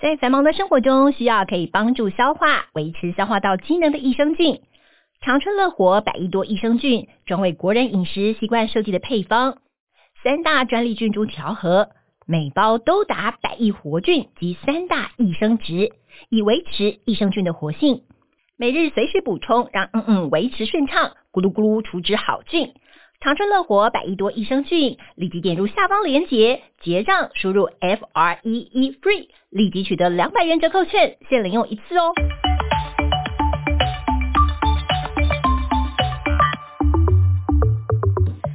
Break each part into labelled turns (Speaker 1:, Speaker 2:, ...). Speaker 1: 在繁忙的生活中，需要可以帮助消化、维持消化道机能的益生菌。长春乐活百亿多益生菌专为国人饮食习惯设计的配方，三大专利菌株调和，每包都达百亿活菌及三大益生值，以维持益生菌的活性。每日随时补充，让嗯嗯维持顺畅，咕噜咕噜除脂好菌。长春乐活百亿多益生菌，立即点入下方链接结账，输入 F R E E FREE，立即取得两百元折扣券，限领用一次哦。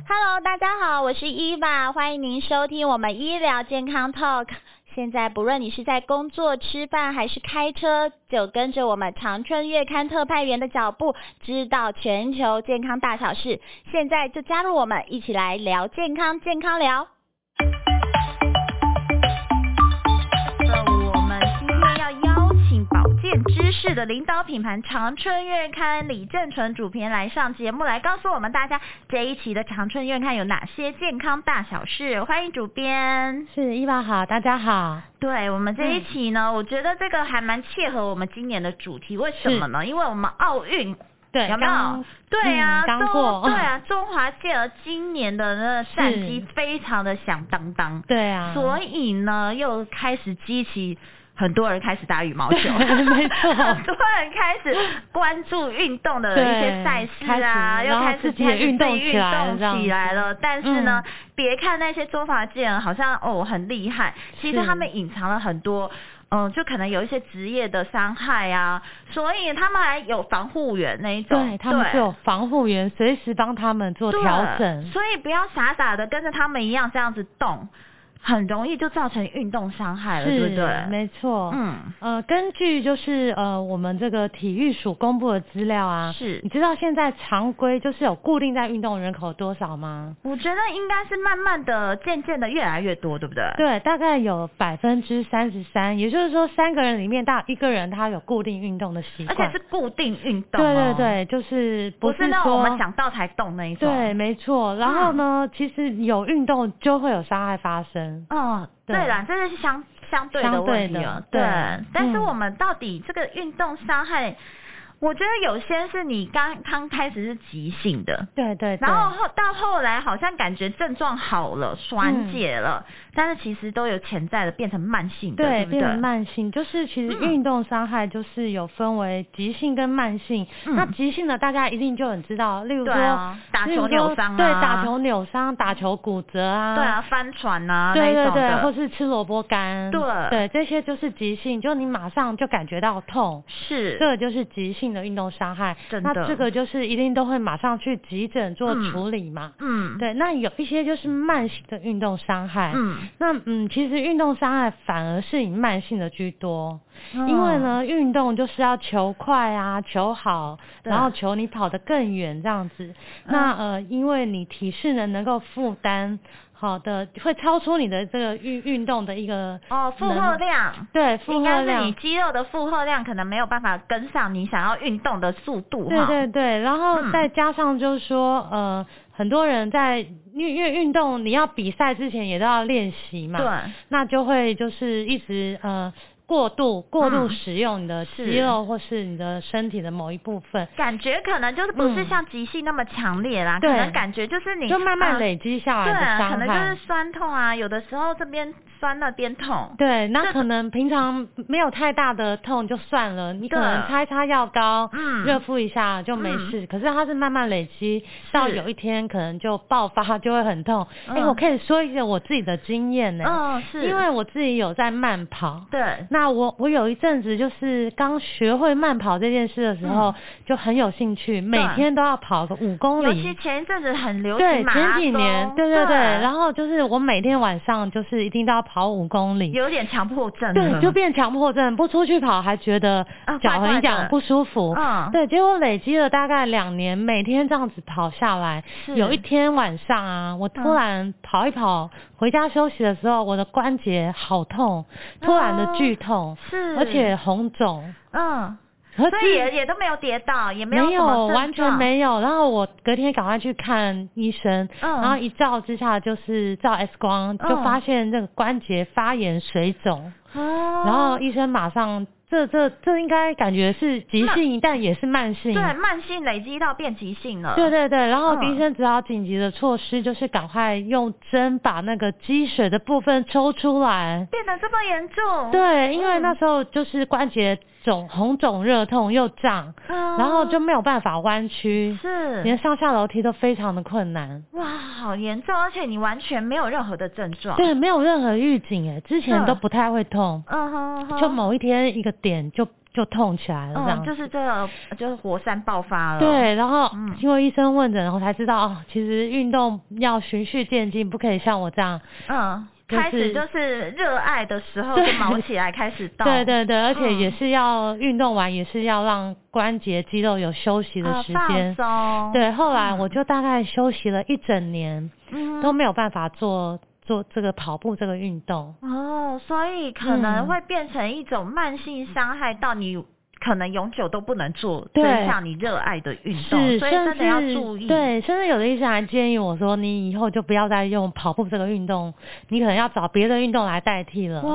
Speaker 2: Hello，大家好，我是伊娃，欢迎您收听我们医疗健康 Talk。现在不论你是在工作、吃饭还是开车，就跟着我们长春月刊特派员的脚步，知道全球健康大小事。现在就加入我们，一起来聊健康，健康聊。我们今天要邀请保健知识的领导品牌长春月刊李正淳主编来上节目，来告诉我们大家这一期的长春月刊有哪些健康大小事。欢迎主编。
Speaker 3: 是伊娃好，大家好。
Speaker 2: 对我们这
Speaker 3: 嗯
Speaker 2: 一期呢，我觉得这个还蛮切合我们今年的主题，为什么呢？因为我们奥运
Speaker 3: 对，
Speaker 2: 有没有
Speaker 3: 嗯刚？
Speaker 2: 对啊，
Speaker 3: 嗯刚
Speaker 2: 中
Speaker 3: 过
Speaker 2: 对啊，中华健儿今年的那个战
Speaker 3: 是
Speaker 2: 绩非常的响当当，
Speaker 3: 对啊，
Speaker 2: 所以呢，又开始激起很多人开始打羽毛球，
Speaker 3: 对 没 错
Speaker 2: 很多人开始关注运动的一些
Speaker 3: 对
Speaker 2: 赛事啊，
Speaker 3: 开始
Speaker 2: 又
Speaker 3: 然后
Speaker 2: 开始
Speaker 3: 自己也
Speaker 2: 开始
Speaker 3: 运动
Speaker 2: 自己
Speaker 3: 起来了
Speaker 2: 运
Speaker 3: 这样
Speaker 2: 动起
Speaker 3: 子嗯
Speaker 2: 来了。但是呢，别看那些中法健好像哦很厉害，其实
Speaker 3: 是
Speaker 2: 他们隐藏了很多。嗯，就可能有一些职业的伤害啊，所以他们还有防护员那一种，
Speaker 3: 对他们是有防护员随时帮他们做
Speaker 2: 对
Speaker 3: 调整。
Speaker 2: 所以不要傻傻的跟着他们一样这样子动，很容易就造成运动伤害了，
Speaker 3: 是
Speaker 2: 对不对？
Speaker 3: 没错。
Speaker 2: 嗯，
Speaker 3: 呃，根据就是呃我们这个体育署公布的资料啊，
Speaker 2: 是
Speaker 3: 你知道现在常规就是有固定在运动人口多少吗？
Speaker 2: 我觉得应该是慢慢的、渐渐的越来越多，对不对？
Speaker 3: 对，大概有百分之三十三，也就是说三个人里面，大一个人他有固定运动的习
Speaker 2: 而
Speaker 3: 惯。
Speaker 2: 且是固定运动、哦
Speaker 3: 对对。对，就是
Speaker 2: 不
Speaker 3: 是
Speaker 2: 那种
Speaker 3: 说
Speaker 2: 我们想到才动那一种。嗯
Speaker 3: 对，，没错。然后呢，其实有运动就会有伤害发生。
Speaker 2: 哦，
Speaker 3: 对
Speaker 2: 对啦，这是相相对的
Speaker 3: 相对
Speaker 2: 问题了
Speaker 3: 的。对
Speaker 2: 但是
Speaker 3: 嗯
Speaker 2: 我们到底这个运动伤害，我觉得有些是你刚刚开始是急性的，
Speaker 3: 对对对。
Speaker 2: 然后后到后来好像感觉症状好了，
Speaker 3: 嗯
Speaker 2: 缓解了，但是其实都有潜在的变成慢性的，
Speaker 3: 对，
Speaker 2: 不
Speaker 3: 变成
Speaker 2: 对？
Speaker 3: 慢性，就是其实
Speaker 2: 嗯
Speaker 3: 运动伤害就是有分为急性跟慢性。
Speaker 2: 嗯
Speaker 3: 那急性的大家一定就很知道，例如
Speaker 2: 对
Speaker 3: 说、
Speaker 2: 啊，打
Speaker 3: 例如
Speaker 2: 球
Speaker 3: 说
Speaker 2: 扭伤啊，
Speaker 3: 对，打球扭伤、打球骨折啊，
Speaker 2: 对啊，翻船啊那
Speaker 3: 对对
Speaker 2: 一种
Speaker 3: 对，或
Speaker 2: 的，
Speaker 3: 是吃萝卜干，
Speaker 2: 对
Speaker 3: 对，这些就是急性，就你马上就感觉到痛。
Speaker 2: 是
Speaker 3: 这个就是急性的运动伤害，
Speaker 2: 真
Speaker 3: 那
Speaker 2: 的
Speaker 3: 这个就是一定都会马上去急诊做
Speaker 2: 嗯
Speaker 3: 处理嘛。
Speaker 2: 嗯
Speaker 3: 对，那有一些就是慢性的运动伤害，
Speaker 2: 嗯，
Speaker 3: 那嗯，其实运动伤害反而是以慢性的居多，因为
Speaker 2: 哦，
Speaker 3: 呢，运动就是要求快啊，求好，
Speaker 2: 对嗯
Speaker 3: 然后求你跑得更远这样子。那呃，因为你体适能能够负担好的，会超出你的这个运运动的一个
Speaker 2: 哦，负荷
Speaker 3: 能
Speaker 2: 量。
Speaker 3: 对负
Speaker 2: 应
Speaker 3: 荷
Speaker 2: 该是
Speaker 3: 量
Speaker 2: 你。肌肉的负荷量可能没有办法跟上你想要运动的速度
Speaker 3: 对
Speaker 2: 哈。
Speaker 3: 对对，然后
Speaker 2: 嗯
Speaker 3: 再加上就是说，呃，很多人在因为运动，你要比赛之前也都要练习嘛，
Speaker 2: 对
Speaker 3: 那就会就是一直呃过度过度
Speaker 2: 嗯
Speaker 3: 使用你的
Speaker 2: 是
Speaker 3: 肌肉或是你的身体的某一部分，
Speaker 2: 感觉可能就是不是
Speaker 3: 嗯
Speaker 2: 像急性那么强烈啦，可
Speaker 3: 对
Speaker 2: 能感觉就是你
Speaker 3: 就慢慢
Speaker 2: 呃
Speaker 3: 累积下来
Speaker 2: 对
Speaker 3: 的
Speaker 2: 啊，可
Speaker 3: 伤
Speaker 2: 能
Speaker 3: 害
Speaker 2: 就。是酸痛啊，有的时候这边酸那边痛。
Speaker 3: 对，那
Speaker 2: 这
Speaker 3: 可能平常没有太大的痛就算了，你可
Speaker 2: 对
Speaker 3: 能擦一擦药膏，
Speaker 2: 嗯
Speaker 3: 热敷一下就没事。可是它是慢慢累积，到有一天可能就爆发，就会很痛。哎、
Speaker 2: 嗯
Speaker 3: 我可以说一个我自己的经验呢、
Speaker 2: 嗯，是
Speaker 3: 因为我自己有在慢跑，
Speaker 2: 对，
Speaker 3: 那我我有一阵子就是刚学会慢跑这件事的时候，就很有兴趣，每天都要跑个五公
Speaker 2: 嗯尤其
Speaker 3: 里。
Speaker 2: 前一阵子很流
Speaker 3: 对，
Speaker 2: 行马拉
Speaker 3: 前
Speaker 2: 松，
Speaker 3: 几年，对
Speaker 2: 对
Speaker 3: 对对，然后就是我每天晚上就是一定都要跑五公里，
Speaker 2: 有点强迫症了，
Speaker 3: 对，就变强迫症，不出去跑还觉得
Speaker 2: 啊
Speaker 3: 脚
Speaker 2: 怪怪的
Speaker 3: 很痒不舒服。
Speaker 2: 嗯，
Speaker 3: 对，结果累积了大概两年，每天这样子跑下来，
Speaker 2: 是
Speaker 3: 有一天晚上啊，我突
Speaker 2: 嗯
Speaker 3: 然跑一跑，回家休息的时候，我的关节好痛，突然
Speaker 2: 啊
Speaker 3: 的剧痛，
Speaker 2: 是，
Speaker 3: 而且红肿，
Speaker 2: 嗯，
Speaker 3: 可
Speaker 2: 所以也也都没有跌倒，也没有
Speaker 3: 没
Speaker 2: 什么
Speaker 3: 有
Speaker 2: 症
Speaker 3: 完全
Speaker 2: 状，
Speaker 3: 没有。然后我隔天赶快去看医生，
Speaker 2: 嗯
Speaker 3: 然后一照之下就是照 X 光，就
Speaker 2: 嗯
Speaker 3: 发现这个关节发炎水肿。
Speaker 2: 哦
Speaker 3: 然后医生马上，这这这应该感觉是急性，但也是慢性。
Speaker 2: 对慢性累积到变急性了，
Speaker 3: 对对对，然后
Speaker 2: 嗯
Speaker 3: 医生只好紧急的措施就是赶快用针把那个积水的部分抽出来。
Speaker 2: 变得这么严重，
Speaker 3: 对，因为
Speaker 2: 嗯
Speaker 3: 那时候就是关节肿、红肿、热痛又胀，
Speaker 2: 嗯
Speaker 3: 然后就没有办法弯曲，
Speaker 2: 是
Speaker 3: 连上下楼梯都非常的困难。
Speaker 2: 哇，好严重，而且你完全没有任何的症状，
Speaker 3: 对，没有任何预警哎，之前
Speaker 2: 嗯
Speaker 3: 都不太会痛，
Speaker 2: 嗯哼哼，
Speaker 3: 就某一天一个点就就痛起来了这
Speaker 2: 嗯，
Speaker 3: 样。
Speaker 2: 就是这个就是活塞爆发了，，
Speaker 3: 对，然后
Speaker 2: 嗯
Speaker 3: 经过医生问诊，然后才知道哦，其实运动要循序渐进，不可以像我这样。
Speaker 2: 嗯，
Speaker 3: 就是
Speaker 2: 开始就是热爱的时候就
Speaker 3: 对
Speaker 2: 毛起来开始动，
Speaker 3: 对对对，而且
Speaker 2: 嗯
Speaker 3: 也是要运动完，也是要让关节肌肉有休息
Speaker 2: 啊，
Speaker 3: 的时间。
Speaker 2: 放松，
Speaker 3: 对，后来我就大概休息了一整年，
Speaker 2: 嗯
Speaker 3: 都没有办法做做这个跑步这个运动。
Speaker 2: 哦，所以可能
Speaker 3: 嗯
Speaker 2: 会变成一种慢性伤害到你。可能永久都不能做
Speaker 3: 对
Speaker 2: 这项你热爱的运动，
Speaker 3: 是，
Speaker 2: 哦所以
Speaker 3: 甚
Speaker 2: 真的要
Speaker 3: 至
Speaker 2: 注意。
Speaker 3: 对，甚至有的医生还建议我说，你以后就不要再用跑步这个运动，你可能要找别的运动来代替了。
Speaker 2: 哇，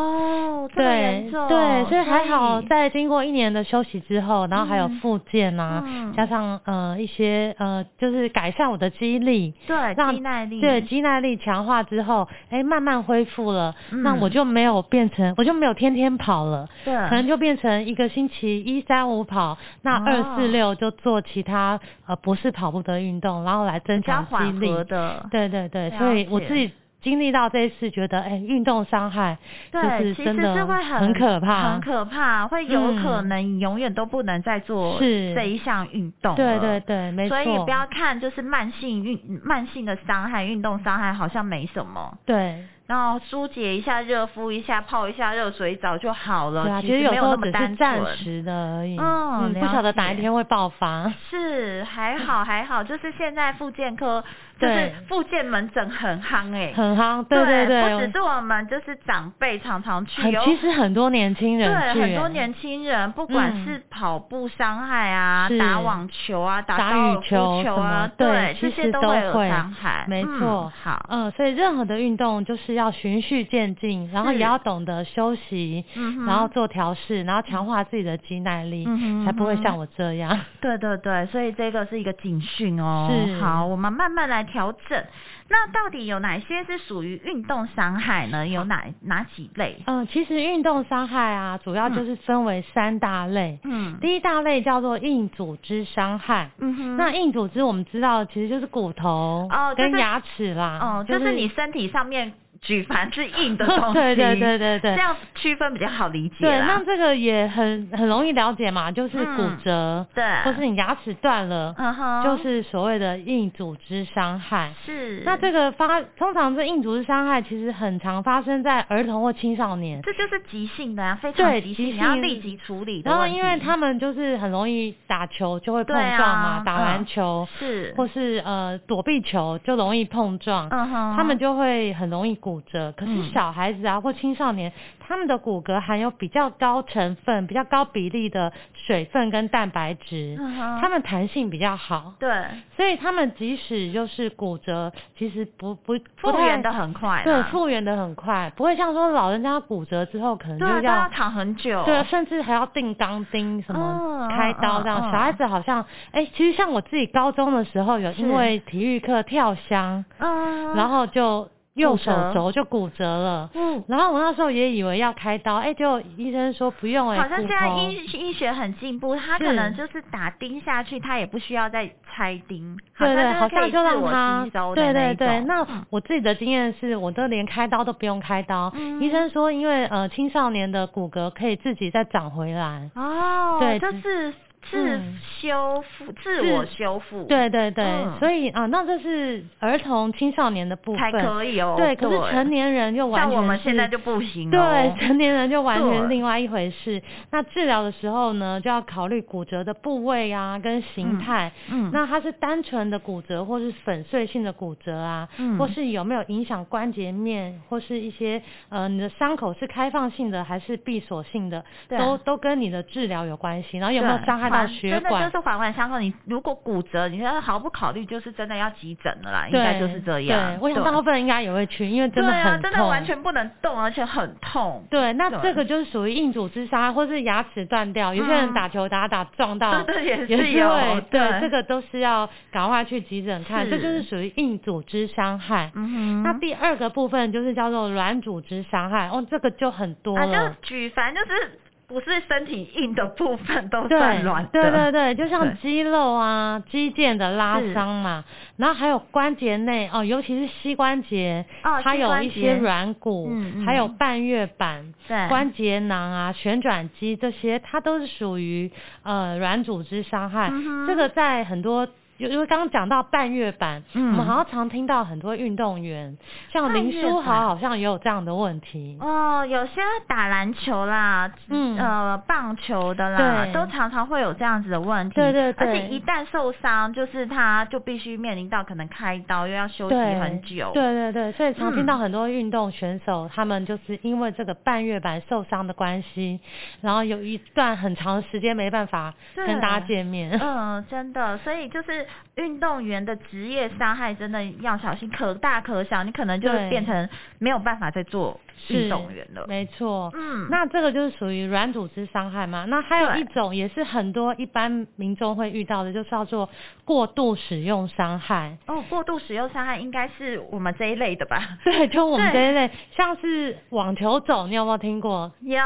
Speaker 2: 这么
Speaker 3: 对
Speaker 2: 严重，
Speaker 3: 对，所以还好，
Speaker 2: 所以
Speaker 3: 在经过一年的休息之后，然后还有
Speaker 2: 嗯
Speaker 3: 复健啊，
Speaker 2: 嗯
Speaker 3: 加上呃一些呃，就是改善我的肌力，
Speaker 2: 对
Speaker 3: 让
Speaker 2: 肌耐力，
Speaker 3: 对，肌耐力强化之后，哎，慢慢恢复了，那
Speaker 2: 嗯
Speaker 3: 我就没有变成，我就没有天天跑了，
Speaker 2: 对，
Speaker 3: 可能就变成一个星期一三五跑，那
Speaker 2: 嗯哦
Speaker 3: 二四六就做其他呃不是跑步的运动，然后来增
Speaker 2: 比较
Speaker 3: 强肌
Speaker 2: 缓
Speaker 3: 力。
Speaker 2: 和的。
Speaker 3: 对对对，
Speaker 2: 了
Speaker 3: 所以我
Speaker 2: 解
Speaker 3: 自己经历到这一次，觉得哎，运动伤害就
Speaker 2: 对，
Speaker 3: 是
Speaker 2: 其
Speaker 3: 真
Speaker 2: 实是
Speaker 3: 的
Speaker 2: 会很
Speaker 3: 很可怕，嗯
Speaker 2: 很可怕，会有可能你永远都不能再做
Speaker 3: 是
Speaker 2: 这一项运动了。
Speaker 3: 对对对，没错。
Speaker 2: 所以不要看就是慢性运慢性的伤害，运动伤害好像没什么，
Speaker 3: 对
Speaker 2: 然后疏解一下热敷一下，泡一下热水澡就好了。
Speaker 3: 对啊，
Speaker 2: 哦其
Speaker 3: 其实有
Speaker 2: 没
Speaker 3: 时
Speaker 2: 有那
Speaker 3: 候
Speaker 2: 么
Speaker 3: 只
Speaker 2: 单
Speaker 3: 是暂
Speaker 2: 纯。
Speaker 3: 时的而已，
Speaker 2: 嗯
Speaker 3: 不
Speaker 2: 了
Speaker 3: 晓得哪一
Speaker 2: 解
Speaker 3: 天会爆发。
Speaker 2: 是还好还好，就是现在复健科就是
Speaker 3: 对
Speaker 2: 复健门诊很夯哎、
Speaker 3: 很夯，对
Speaker 2: 对不只
Speaker 3: 对，
Speaker 2: 是我们就是长辈常常去，
Speaker 3: 很
Speaker 2: 有
Speaker 3: 其实很多年轻人
Speaker 2: 对，
Speaker 3: 去
Speaker 2: 很多
Speaker 3: 欸
Speaker 2: 年轻人，不管
Speaker 3: 嗯
Speaker 2: 是跑步伤害啊、
Speaker 3: 是
Speaker 2: 打网球啊、打
Speaker 3: 打
Speaker 2: 高
Speaker 3: 羽
Speaker 2: 尔夫球
Speaker 3: 球什
Speaker 2: 啊
Speaker 3: 么，
Speaker 2: 对
Speaker 3: 对，
Speaker 2: 这
Speaker 3: 其
Speaker 2: 些
Speaker 3: 实
Speaker 2: 都
Speaker 3: 都
Speaker 2: 有
Speaker 3: 会
Speaker 2: 伤害。
Speaker 3: 没
Speaker 2: 嗯
Speaker 3: 错
Speaker 2: 好，
Speaker 3: 嗯，所以任何的运动就是要循序渐进，然后
Speaker 2: 是
Speaker 3: 也要懂得休息，
Speaker 2: 嗯哼
Speaker 3: 然后做调试，然后强化自己的肌耐力
Speaker 2: 嗯哼，
Speaker 3: 才不会
Speaker 2: 嗯哼
Speaker 3: 像我这样。
Speaker 2: 对对对，所以这个是一个警讯哦。
Speaker 3: 是
Speaker 2: 好，我们慢慢来调整。那到底有哪些是属于运动伤害呢？有哪哪几类？
Speaker 3: 嗯，其实运动伤害啊，主要就是分为三大类。
Speaker 2: 嗯
Speaker 3: 第一大类叫做硬组织伤害。
Speaker 2: 嗯哼
Speaker 3: 那硬组织我们知道，其实就是骨头
Speaker 2: 哦就是
Speaker 3: 跟牙齿啦。
Speaker 2: 哦，就是你身体上面举凡是硬的 东西，
Speaker 3: 对对对对对
Speaker 2: 这样区分比较好理解
Speaker 3: 对，
Speaker 2: 啦
Speaker 3: 那。这个也很很容易了解嘛，就是骨折，
Speaker 2: 对
Speaker 3: 或是你牙齿断了，
Speaker 2: 嗯哼，
Speaker 3: 就是所谓的硬组织伤害。
Speaker 2: 是
Speaker 3: 那这个发通常这硬组织伤害其实很常发生在儿童或青少年，
Speaker 2: 这就是急性的啊，非常
Speaker 3: 对
Speaker 2: 急
Speaker 3: 急
Speaker 2: 性，
Speaker 3: 性
Speaker 2: 你要立即处理的
Speaker 3: 然后
Speaker 2: 问题
Speaker 3: 因为他们就是很容易打球就会碰
Speaker 2: 对啊
Speaker 3: 撞嘛，打
Speaker 2: 嗯
Speaker 3: 篮球、
Speaker 2: 是，
Speaker 3: 或是呃躲避球就容易碰撞，
Speaker 2: 嗯哼，
Speaker 3: 他们就会很容易骨折。可是
Speaker 2: 嗯
Speaker 3: 小孩子啊或青少年，他们的骨骼含有比较高成分、比较高比例的水分跟蛋白质，
Speaker 2: 嗯哼
Speaker 3: 他们弹性比较好，
Speaker 2: 对
Speaker 3: 所以他们即使就是骨折，其实不不不
Speaker 2: 复原
Speaker 3: 太
Speaker 2: 的很快啦，
Speaker 3: 对复原的很快，不会像说老人家骨折之后可能
Speaker 2: 对啊
Speaker 3: 就
Speaker 2: 都要躺很久，
Speaker 3: 对，甚至还要钉钢钉什
Speaker 2: 嗯
Speaker 3: 么开刀这样。
Speaker 2: 嗯嗯
Speaker 3: 小孩子好像，哎、其实像我自己高中的时候，有因为体育课跳箱，
Speaker 2: 嗯，
Speaker 3: 然后就右
Speaker 2: 骨折
Speaker 3: 手肘就骨折了。
Speaker 2: 嗯。
Speaker 3: 然后我那时候也以为要开刀，哎、结果医生说不用、哎，
Speaker 2: 好像
Speaker 3: 骨
Speaker 2: 现在
Speaker 3: 头
Speaker 2: 医医学很进步，他
Speaker 3: 是
Speaker 2: 可能就是打钉下去，他也不需要再拆钉，
Speaker 3: 对对，
Speaker 2: 好
Speaker 3: 好
Speaker 2: 像
Speaker 3: 像
Speaker 2: 是可以
Speaker 3: 就
Speaker 2: 自
Speaker 3: 让
Speaker 2: 我
Speaker 3: 他
Speaker 2: 吸收的
Speaker 3: 对
Speaker 2: 那
Speaker 3: 对
Speaker 2: 一
Speaker 3: 对。
Speaker 2: 种
Speaker 3: 那
Speaker 2: 嗯
Speaker 3: 我自己的经验是，我都连开刀都不用开刀。
Speaker 2: 嗯
Speaker 3: 医生说，因为呃青少年的骨骼可以自己再长回来。
Speaker 2: 哦，
Speaker 3: 对
Speaker 2: 就是自
Speaker 3: 嗯
Speaker 2: 修复、自
Speaker 3: 自
Speaker 2: 我修复，
Speaker 3: 对对对，
Speaker 2: 哦嗯
Speaker 3: 所以啊、那这是儿童青少年的部分。
Speaker 2: 才可以哦。
Speaker 3: 对，可是成年人就完
Speaker 2: 像
Speaker 3: 全
Speaker 2: 我们现
Speaker 3: 是
Speaker 2: 在就不行哦
Speaker 3: 对，成年人就完
Speaker 2: 对
Speaker 3: 全另外一回事。那治疗的时候呢，就要考虑骨折的部位啊，跟形态。
Speaker 2: 嗯嗯
Speaker 3: 那它是单纯的骨折，或是粉碎性的骨折啊，
Speaker 2: 嗯
Speaker 3: 或是有没有影响关节面，或是一些呃你的伤口是开放性的还是闭锁性的，
Speaker 2: 对
Speaker 3: 都都跟你的治疗有关系。然后有没有
Speaker 2: 对
Speaker 3: 伤害看到血
Speaker 2: 真的就
Speaker 3: 管，
Speaker 2: 是缓缓伤口。你如果骨折，你要毫不考虑，就是真的要急诊了啦，应
Speaker 3: 对
Speaker 2: 该就是这样。
Speaker 3: 对，我想大部分人应该也会去，因为
Speaker 2: 对
Speaker 3: 真的
Speaker 2: 对啊，
Speaker 3: 很痛，
Speaker 2: 真的完全不能动，而且很痛。
Speaker 3: 对，那
Speaker 2: 对
Speaker 3: 这个就是属于硬组织伤害，或是牙齿断掉，有些人
Speaker 2: 嗯
Speaker 3: 打球打打撞到，
Speaker 2: 对对也是
Speaker 3: 啊也
Speaker 2: 有
Speaker 3: 会，
Speaker 2: 对
Speaker 3: 对，这个都是要赶快去急诊看，
Speaker 2: 是
Speaker 3: 这就是属于硬组织伤害。
Speaker 2: 嗯哼
Speaker 3: 那第二个部分就是叫做软组织伤害，哦，这个就很多
Speaker 2: 啊，
Speaker 3: 了
Speaker 2: 就。举凡就是不是身体硬的部分都算
Speaker 3: 对
Speaker 2: 软的，
Speaker 3: 对对对，就
Speaker 2: 对
Speaker 3: 像肌肉啊、肌腱的拉
Speaker 2: 是
Speaker 3: 伤嘛，然后还有关节内哦，尤其是膝关节，
Speaker 2: 哦
Speaker 3: 它
Speaker 2: 膝
Speaker 3: 有
Speaker 2: 关
Speaker 3: 一
Speaker 2: 节
Speaker 3: 些软骨，
Speaker 2: 嗯嗯哎
Speaker 3: 还有半月板，
Speaker 2: 对
Speaker 3: 关节囊啊、旋转肌这些，它都是属于呃软组织伤害。
Speaker 2: 嗯哼
Speaker 3: 这个在很多。因为刚刚讲到半月板，
Speaker 2: 嗯
Speaker 3: 我们好像常听到很多运动员，像
Speaker 2: 半
Speaker 3: 林
Speaker 2: 月
Speaker 3: 书
Speaker 2: 板
Speaker 3: 豪好像也有这样的问题。
Speaker 2: 哦，有些打篮球啦，
Speaker 3: 嗯
Speaker 2: 呃，棒球的啦，
Speaker 3: 对
Speaker 2: 都常常会有这样子的问题。
Speaker 3: 对对对
Speaker 2: 而且一旦受伤，就是他就必须面临到可能开刀，又要休息
Speaker 3: 对
Speaker 2: 很久。
Speaker 3: 对对对，所以常
Speaker 2: 嗯
Speaker 3: 听到很多运动选手，他们就是因为这个半月板受伤的关系，然后有一段很长时间没办法
Speaker 2: 对
Speaker 3: 跟大家见面。
Speaker 2: 嗯，真的，所以就是运动员的职业伤害真的要小心，可大可小，你可能就
Speaker 3: 对
Speaker 2: 变成没有办法再做运动员了。
Speaker 3: 没错。
Speaker 2: 嗯，
Speaker 3: 那这个就是属于软组织伤害嘛？那还有
Speaker 2: 对
Speaker 3: 一种也是很多一般民众会遇到的，就是叫做过度使用伤害。
Speaker 2: 哦，过度使用伤害应该是我们这一类的吧？
Speaker 3: 对，就我们
Speaker 2: 对
Speaker 3: 这一类，像是网球肘，你有没有听过？
Speaker 2: 有，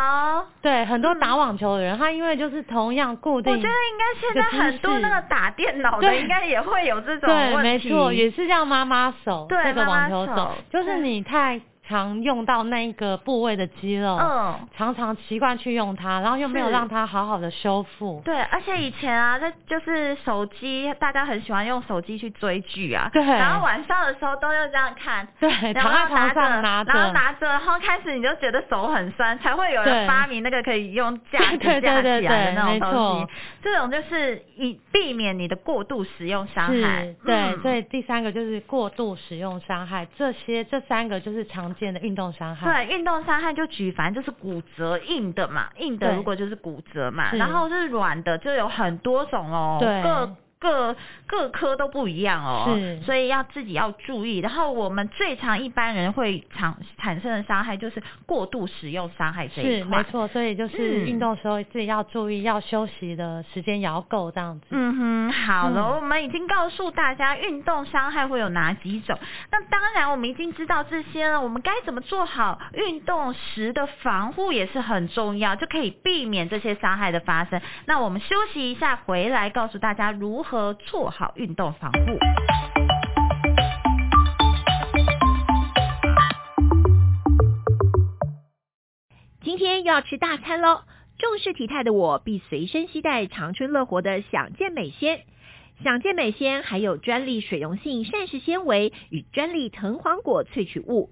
Speaker 3: 对，很多打网球的人，他因为就是同样固定，
Speaker 2: 嗯我觉得应该现在很多那个打电脑的
Speaker 3: 对
Speaker 2: 应该也会有这种
Speaker 3: 对，
Speaker 2: 问
Speaker 3: 没
Speaker 2: 题。
Speaker 3: 错，也是叫妈妈手，
Speaker 2: 对
Speaker 3: 这个
Speaker 2: 妈妈
Speaker 3: 网球手，
Speaker 2: 手
Speaker 3: 就是你太常用到那一个部位的肌肉，
Speaker 2: 嗯，
Speaker 3: 常常习惯去用它，然后又没有
Speaker 2: 是
Speaker 3: 让它好好的修复。
Speaker 2: 对，而且以前啊，那就是手机，大家很喜欢用手机去追剧啊，
Speaker 3: 对
Speaker 2: 然后晚上的时候都要这样看。
Speaker 3: 对，
Speaker 2: 然后
Speaker 3: 躺在床上拿
Speaker 2: 拿
Speaker 3: 着，
Speaker 2: 然后拿着，然后开始你就觉得手很酸，才会有人
Speaker 3: 对
Speaker 2: 发明那个可以用架子
Speaker 3: 对对
Speaker 2: 架
Speaker 3: 对
Speaker 2: 起来的啊
Speaker 3: 对
Speaker 2: 那种
Speaker 3: 没
Speaker 2: 东西
Speaker 3: 错。
Speaker 2: 这种就是以避免你的过度使用伤害
Speaker 3: 是。，对，
Speaker 2: 嗯
Speaker 3: 所以第三个就是过度使用伤害，这些这三个就是常见的运动伤害。
Speaker 2: 对，运动伤害就举，反正就是骨折，硬的嘛，硬的
Speaker 3: 对
Speaker 2: 如果就是骨折嘛，
Speaker 3: 是
Speaker 2: 然后是软的就有很多种哦，
Speaker 3: 对
Speaker 2: 各。各各科都不一样哦，
Speaker 3: 是
Speaker 2: 所以要自己要注意。然后我们最常一般人会产产生的伤害就是过度使用伤害这一
Speaker 3: 是
Speaker 2: 块。
Speaker 3: 没错，所以就是
Speaker 2: 嗯
Speaker 3: 运动的时候自己要注意，要休息的时间也要够这样子。
Speaker 2: 嗯哼，好了，
Speaker 3: 嗯
Speaker 2: 我们已经告诉大家运动伤害会有哪几种。那当然，我们已经知道这些了，我们该怎么做好运动时的防护也是很重要，就可以避免这些伤害的发生。那我们休息一下，回来告诉大家如何做好运动防护。
Speaker 1: 今天又要吃大餐喽！重视体态的我，必随身携带长春乐活的享健美鲜。享健美鲜含有专利水溶性膳食纤维与专利藤黄果萃取物，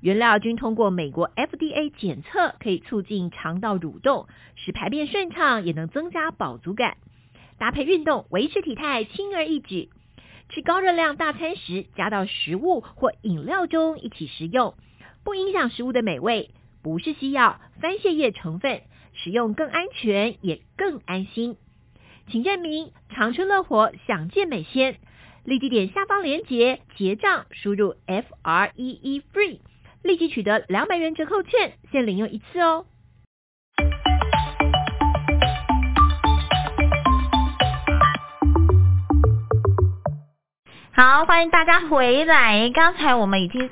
Speaker 1: 原料均通过美国 FDA 检测，可以促进肠道蠕动，使排便顺畅，也能增加饱足感。搭配运动，维持体态轻而易举。吃高热量大餐时，加到食物或饮料中一起食用，不影响食物的美味，不是西药，番泻叶成分，使用更安全也更安心。请证明长春乐活享健美鲜，立即点下方链接结账，输入 F R E E FREE，立即取得两百元折扣券，限领用一次哦。
Speaker 2: 好，欢迎大家回来。刚才我们已经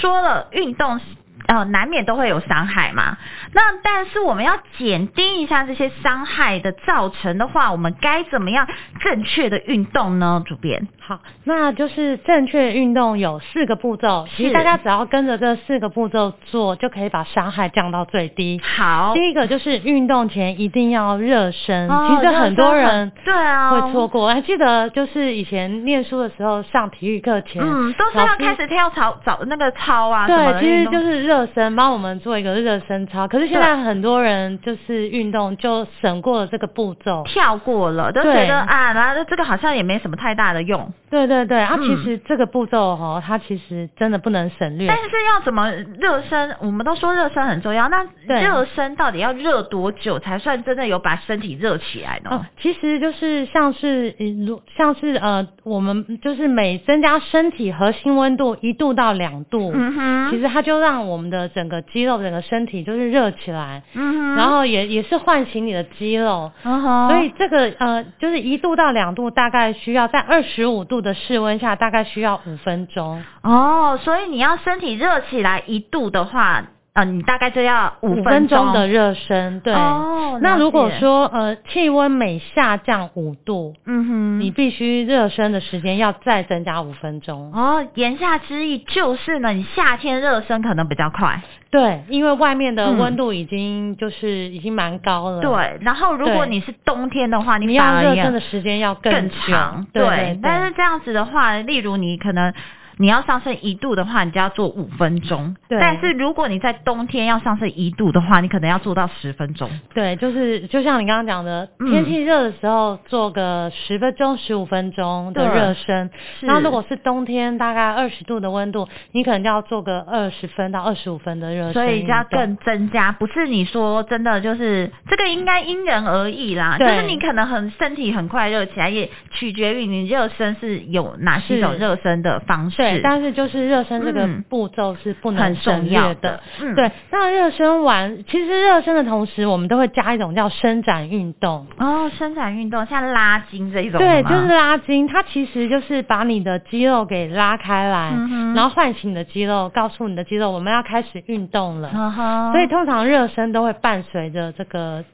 Speaker 2: 说了，运动呃难免都会有伤害嘛。那但是我们要减低一下这些伤害的造成的话，我们该怎么样正确的运动呢？主编，
Speaker 3: 好，那就是正确运动有四个步骤，其
Speaker 2: 是
Speaker 3: 实大家只要跟着这四个步骤做，就可以把伤害降到最低。
Speaker 2: 好，
Speaker 3: 第一个就是运动前一定要热身，
Speaker 2: 哦
Speaker 3: 嗯其实很多人
Speaker 2: 对啊
Speaker 3: 会错过。我还记得就是以前念书的时候上体育课前，
Speaker 2: 嗯，都是
Speaker 3: 老
Speaker 2: 要
Speaker 3: 师
Speaker 2: 开始跳操，找那个操啊什么
Speaker 3: 对，
Speaker 2: 的
Speaker 3: 其
Speaker 2: 运
Speaker 3: 实
Speaker 2: 动
Speaker 3: 就是热热身，帮我们做一个热身操。可是现在很多人就是运动就省过了这个步骤。
Speaker 2: 跳过了，都觉
Speaker 3: 对
Speaker 2: 得啊，然后这个好像也没什么太大的用。
Speaker 3: 对对对，啊，
Speaker 2: 嗯
Speaker 3: 其实这个步骤哈、它其实真的不能省略
Speaker 2: 但。是要怎么热身？我们都说热身很重要，那
Speaker 3: 对
Speaker 2: 热身到底要热多久才算真的有把身体热起来呢？
Speaker 3: 哦，其实就是像是呃如像是呃，我们就是每增加身体核心温度一度到两度，
Speaker 2: 嗯
Speaker 3: 其
Speaker 2: 哼，
Speaker 3: 实它就让我们的整个肌肉、整个身体就是热起来，
Speaker 2: 嗯哼，
Speaker 3: 然后也也是唤醒你的肌肉。
Speaker 2: 嗯哼，
Speaker 3: 所以这个呃，就是一度到两度，大概需要在二十五度的室温下，大概需要五分钟。
Speaker 2: 哦，所以你要身体热起来一度的话，呃，你大概就要五
Speaker 3: 五
Speaker 2: 分
Speaker 3: 分钟的热身，对。
Speaker 2: 哦，
Speaker 3: 那
Speaker 2: 了
Speaker 3: 如果
Speaker 2: 解，
Speaker 3: 说呃气温每下降五度，
Speaker 2: 嗯哼，
Speaker 3: 你必须热身的时间要再增加五分钟。
Speaker 2: 哦，言下之意就是呢，你夏天热身可能比较快，
Speaker 3: 对，因为外面的
Speaker 2: 嗯
Speaker 3: 温度已经就是已经蛮高了。。
Speaker 2: 对。然后如果
Speaker 3: 对
Speaker 2: 你是冬天的话，
Speaker 3: 你
Speaker 2: 反
Speaker 3: 要
Speaker 2: 而
Speaker 3: 热
Speaker 2: 也
Speaker 3: 身的时间要
Speaker 2: 更
Speaker 3: 久
Speaker 2: 长，
Speaker 3: 对对
Speaker 2: 但是这样子的话，例如你可能。你要上升一度的话，你就要做五分钟。
Speaker 3: 对
Speaker 2: 但是如果你在冬天要上升一度的话，你可能要做到十分钟。
Speaker 3: 对，就是就像你刚刚讲的，
Speaker 2: 嗯
Speaker 3: 天气热的时候做个十分钟、十五分钟的
Speaker 2: 对
Speaker 3: 热身，
Speaker 2: 是
Speaker 3: 然后如果是冬天大概二十度的温度，你可能就要做个二十分到二十五分的热身运
Speaker 2: 所
Speaker 3: 动，
Speaker 2: 以就要更增加，不是你说真的就是这个应该因人而异啦，就
Speaker 3: 对
Speaker 2: 是你可能很身体很快热起来，也取决于你热身是有哪几种
Speaker 3: 是
Speaker 2: 热身的方
Speaker 3: 对，
Speaker 2: 式，
Speaker 3: 但是就是热身这个
Speaker 2: 嗯
Speaker 3: 步骤是不能
Speaker 2: 很
Speaker 3: 省
Speaker 2: 重
Speaker 3: 略
Speaker 2: 要
Speaker 3: 的。，
Speaker 2: 嗯，
Speaker 3: 对，那热身完，其实热身的同时，我们都会加一种叫伸展运动。
Speaker 2: 哦，伸展运动像拉筋这一种
Speaker 3: 对，
Speaker 2: 吗
Speaker 3: 就是拉筋，它其实就是把你的肌肉给拉开来，
Speaker 2: 嗯哼
Speaker 3: 然后唤醒你的肌肉，告诉你的肌肉我们要开始运动了。
Speaker 2: 嗯哼，
Speaker 3: 所以通常热身都会伴随着这个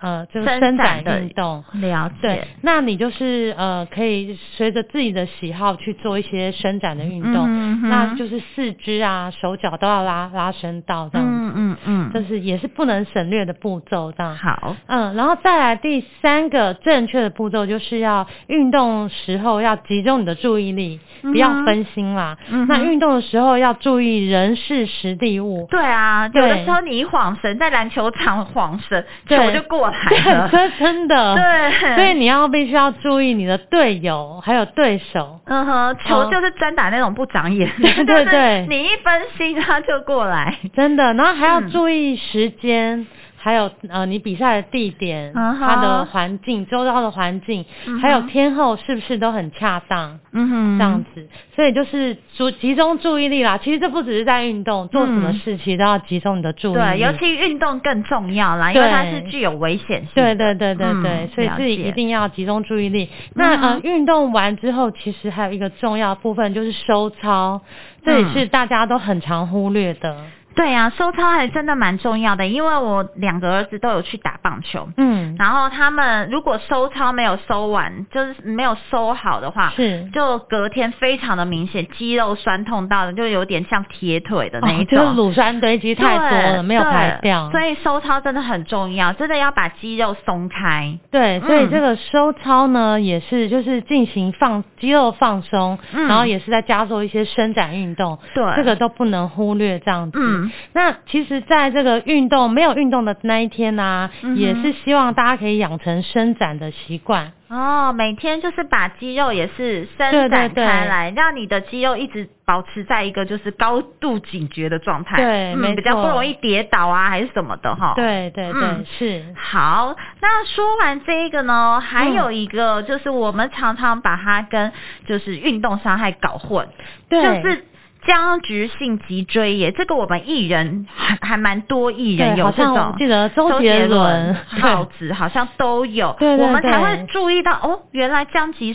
Speaker 3: 呃，就是
Speaker 2: 伸
Speaker 3: 伸
Speaker 2: 展
Speaker 3: 展
Speaker 2: 的
Speaker 3: 运动。
Speaker 2: 了解，
Speaker 3: 对，那你就是呃，可以随着自己的喜好去做一些伸展的运
Speaker 2: 嗯
Speaker 3: 动，
Speaker 2: 哼
Speaker 3: 那就是四肢啊、手脚都要拉拉伸到这样子，
Speaker 2: 嗯嗯嗯，
Speaker 3: 这是也是不能省略的步骤这样。
Speaker 2: 好，
Speaker 3: 嗯，然后再来第三个正确的步骤，就是要运动时候要集中你的注意力，不要分心啦。
Speaker 2: 嗯嗯哼
Speaker 3: 那运动的时候要注意人事实地物。
Speaker 2: 对啊，有的
Speaker 3: 对
Speaker 2: 时候你一晃神，在篮球场晃神，球
Speaker 3: 对
Speaker 2: 就过来
Speaker 3: 对，
Speaker 2: 了，
Speaker 3: 这真的。
Speaker 2: 对
Speaker 3: 所以你要必须要注意你的队友还有对手。
Speaker 2: 嗯哼，球就是真打那种不长 眼，
Speaker 3: 哦对对
Speaker 2: 就是
Speaker 3: 对
Speaker 2: 你一分心他就过来。
Speaker 3: 真的，然后还要
Speaker 2: 嗯
Speaker 3: 注意时间，还有呃你比赛的地点、
Speaker 2: 嗯哼
Speaker 3: 它的环境、周遭的环境，还有天候是不是都很恰当。
Speaker 2: 嗯哼
Speaker 3: 这样子，所以就是注集中注意力啦。其实这不只是在运动，做什么事其实都要集中你的注意力。
Speaker 2: 嗯对，尤其运动更重要啦，因为
Speaker 3: 对
Speaker 2: 它是具有危险性
Speaker 3: 对
Speaker 2: 的。
Speaker 3: 对对对对，
Speaker 2: 嗯
Speaker 3: 所以自己
Speaker 2: 了解
Speaker 3: 一定要集中注意力。那
Speaker 2: 嗯
Speaker 3: 呃，运动完之后，其实还有一个重要部分就是收操，
Speaker 2: 嗯
Speaker 3: 这也是大家都很常忽略的。
Speaker 2: 对啊，收操还真的蛮重要的，因为我两个儿子都有去打棒球。
Speaker 3: 嗯，
Speaker 2: 然后他们如果收操没有收完，就是没有收好的话，
Speaker 3: 是
Speaker 2: 就隔天非常的明显，肌肉酸痛到了就有点像铁腿的那一
Speaker 3: 哦，
Speaker 2: 种，
Speaker 3: 就是乳酸堆积太多
Speaker 2: 对
Speaker 3: 了，没有排掉
Speaker 2: 对。所以收操真的很重要，真的要把肌肉松开。
Speaker 3: 对，所以
Speaker 2: 嗯
Speaker 3: 这个收操呢，也是就是进行放肌肉放松，
Speaker 2: 嗯
Speaker 3: 然后也是在加做一些伸展运动，
Speaker 2: 对
Speaker 3: 这个都不能忽略这样子。
Speaker 2: 嗯
Speaker 3: 那其实，在这个运动没有运动的那一天呢、
Speaker 2: 嗯哼
Speaker 3: 也是希望大家可以养成伸展的习惯。
Speaker 2: 哦，每天就是把肌肉也是伸
Speaker 3: 对对
Speaker 2: 展
Speaker 3: 对
Speaker 2: 开来，让你的肌肉一直保持在一个就是高度警觉的状态，
Speaker 3: 对没
Speaker 2: 嗯，比较不
Speaker 3: 错
Speaker 2: 容易跌倒啊，还是什么的哈。。
Speaker 3: 对对对，
Speaker 2: 嗯
Speaker 3: 是。
Speaker 2: 好，那说完这一个呢，还有一个就是我们常常把它跟就是运动伤害搞混，
Speaker 3: 对
Speaker 2: 就是僵直性脊椎炎，这个我们艺人还还蛮多艺人
Speaker 3: 对
Speaker 2: 有
Speaker 3: 好
Speaker 2: 这
Speaker 3: 像
Speaker 2: 种
Speaker 3: 我。记得周杰伦对
Speaker 2: 耗子好像都有，
Speaker 3: 对对
Speaker 2: 我们才
Speaker 3: 对
Speaker 2: 会注意到哦，原来僵直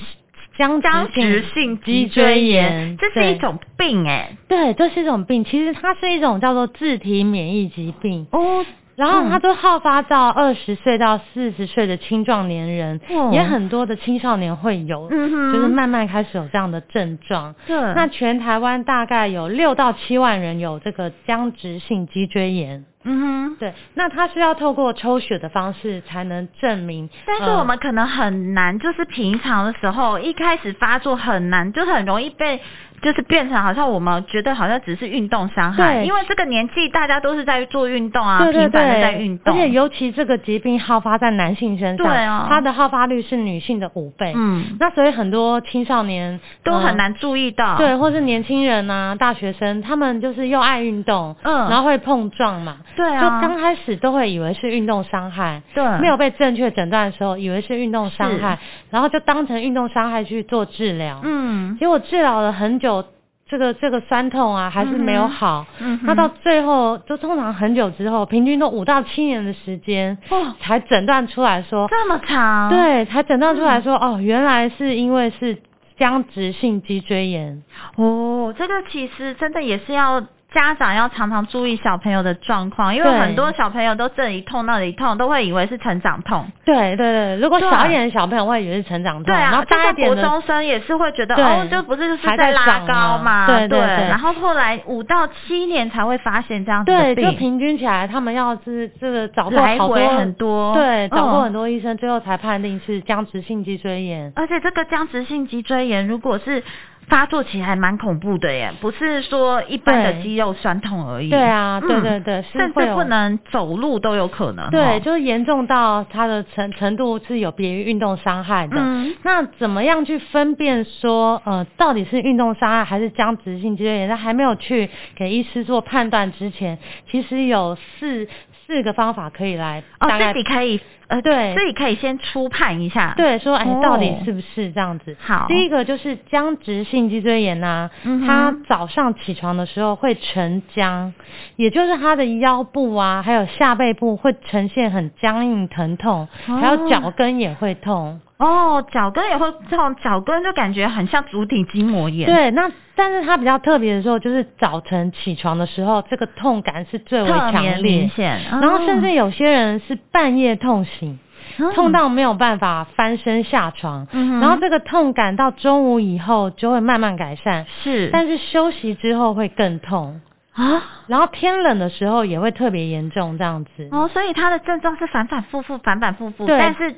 Speaker 3: 僵
Speaker 2: 僵直性脊椎炎，这是一
Speaker 3: 对
Speaker 2: 种病哎、
Speaker 3: 对，这是一种病，其实它是一种叫做自体免疫疾病。
Speaker 2: 哦，
Speaker 3: 然后它都好发到二十岁到四十岁的青壮年人，
Speaker 2: 哦
Speaker 3: 也很多的青少年会有，
Speaker 2: 嗯哼
Speaker 3: 就是慢慢开始有这样的症状。
Speaker 2: 对
Speaker 3: 那全台湾大概有六到七万人有这个僵直性脊椎炎。
Speaker 2: 嗯哼，
Speaker 3: 对，那它是要透过抽血的方式才能证明。
Speaker 2: 但是
Speaker 3: 呃
Speaker 2: 我们可能很难，就是平常的时候一开始发作很难，就是很容易被就是变成好像我们觉得好像只是运动伤害，
Speaker 3: 对
Speaker 2: 因为这个年纪大家都是在做运动啊，
Speaker 3: 对对
Speaker 2: 频繁的在
Speaker 3: 对，
Speaker 2: 运
Speaker 3: 而
Speaker 2: 动，
Speaker 3: 且尤其这个疾病好发在男性身上，
Speaker 2: 对啊
Speaker 3: 它的好发率是女性的五倍。
Speaker 2: 嗯，
Speaker 3: 那所以很多青少年
Speaker 2: 都很、
Speaker 3: 呃
Speaker 2: 难注意到，
Speaker 3: 对，或是年轻人啊、大学生，他们就是又爱运动，
Speaker 2: 嗯
Speaker 3: 然后会碰撞嘛，
Speaker 2: 对
Speaker 3: 就
Speaker 2: 啊，嗯
Speaker 3: 刚开始都会以为是运动伤害，
Speaker 2: 对
Speaker 3: 没有被正确诊断的时候，以为是运动伤害，然后就当成运动伤害去做治疗，
Speaker 2: 嗯
Speaker 3: 结果治疗了很久，这个这个酸痛啊还是没有好，
Speaker 2: 嗯哼，
Speaker 3: 那到最后就通常很久之后，平均都五到七年的时间
Speaker 2: 哦
Speaker 3: 才诊断出来说，
Speaker 2: 这么长，，
Speaker 3: 对，才诊断出来说，哦，原来是因为是僵直性脊椎炎，
Speaker 2: 哦，这个其实真的也是要家长要常常注意小朋友的状况，因为
Speaker 3: 对
Speaker 2: 很多小朋友都这里痛那里痛，都会以为是成长痛。
Speaker 3: 对对对，如果
Speaker 2: 对
Speaker 3: 小一点的小朋友会以为是成长痛，
Speaker 2: 对
Speaker 3: 然
Speaker 2: 啊，
Speaker 3: 后
Speaker 2: 就
Speaker 3: 大一
Speaker 2: 像
Speaker 3: 点
Speaker 2: 国
Speaker 3: 的。
Speaker 2: 中生也是会觉得
Speaker 3: 对
Speaker 2: 哦，这不是是
Speaker 3: 还在
Speaker 2: 拉
Speaker 3: 长
Speaker 2: 高
Speaker 3: 啊
Speaker 2: 嘛？
Speaker 3: 对
Speaker 2: 对
Speaker 3: 对对
Speaker 2: 然后后来五到七年才会发现这样子的
Speaker 3: 对，就
Speaker 2: 病，
Speaker 3: 平均起来，他们要是这个找过
Speaker 2: 来
Speaker 3: 好多
Speaker 2: 回很多。
Speaker 3: 对，找过
Speaker 2: 嗯
Speaker 3: 很多医生，最后才判定是僵直性脊椎炎。
Speaker 2: 而且这个僵直性脊椎炎如果是发作起来蛮恐怖的耶，不是说一般的
Speaker 3: 对
Speaker 2: 肌肉酸痛而已。
Speaker 3: 对啊，对
Speaker 2: 嗯
Speaker 3: 对对，是
Speaker 2: 甚
Speaker 3: 会
Speaker 2: 至
Speaker 3: 有
Speaker 2: 不能走路都有可能哦。
Speaker 3: 对，就是严重到它的程程度是有别于运动伤害的。
Speaker 2: 嗯
Speaker 3: 那怎么样去分辨说，呃，到底是运动伤害还是僵直性脊椎炎？在还没有去给医师做判断之前，其实有四四个方法可以来
Speaker 2: 哦
Speaker 3: 大，概、
Speaker 2: 自己可以呃，
Speaker 3: 对
Speaker 2: 自己可以先初判一下。，
Speaker 3: 对说，哎
Speaker 2: 哦，
Speaker 3: 到底是不是这样子？
Speaker 2: 好
Speaker 3: 第一个就是僵直性脊椎炎呐、
Speaker 2: 哦嗯哼
Speaker 3: 他早上起床的时候会呈僵，也就是他的腰部啊，还有下背部会呈现很僵硬疼痛，
Speaker 2: 哦
Speaker 3: 还有脚跟也会痛。
Speaker 2: 哦，脚跟也会痛，脚跟就感觉很像足底筋膜炎。，
Speaker 3: 对，那但是他比较特别的时候，就是早晨起床的时候，这个痛感是最为
Speaker 2: 特别
Speaker 3: 强烈
Speaker 2: 明。显。
Speaker 3: 然后甚至有些人是半夜痛醒，
Speaker 2: 嗯
Speaker 3: 痛到没有办法翻身下床，
Speaker 2: 嗯哼
Speaker 3: 然后这个痛感到中午以后就会慢慢改善，
Speaker 2: 是，
Speaker 3: 但是休息之后会更痛，
Speaker 2: 啊
Speaker 3: 然后天冷的时候也会特别严重这样子。
Speaker 2: 哦，所以他的症状是反反复复，反反复复，
Speaker 3: 对
Speaker 2: 但是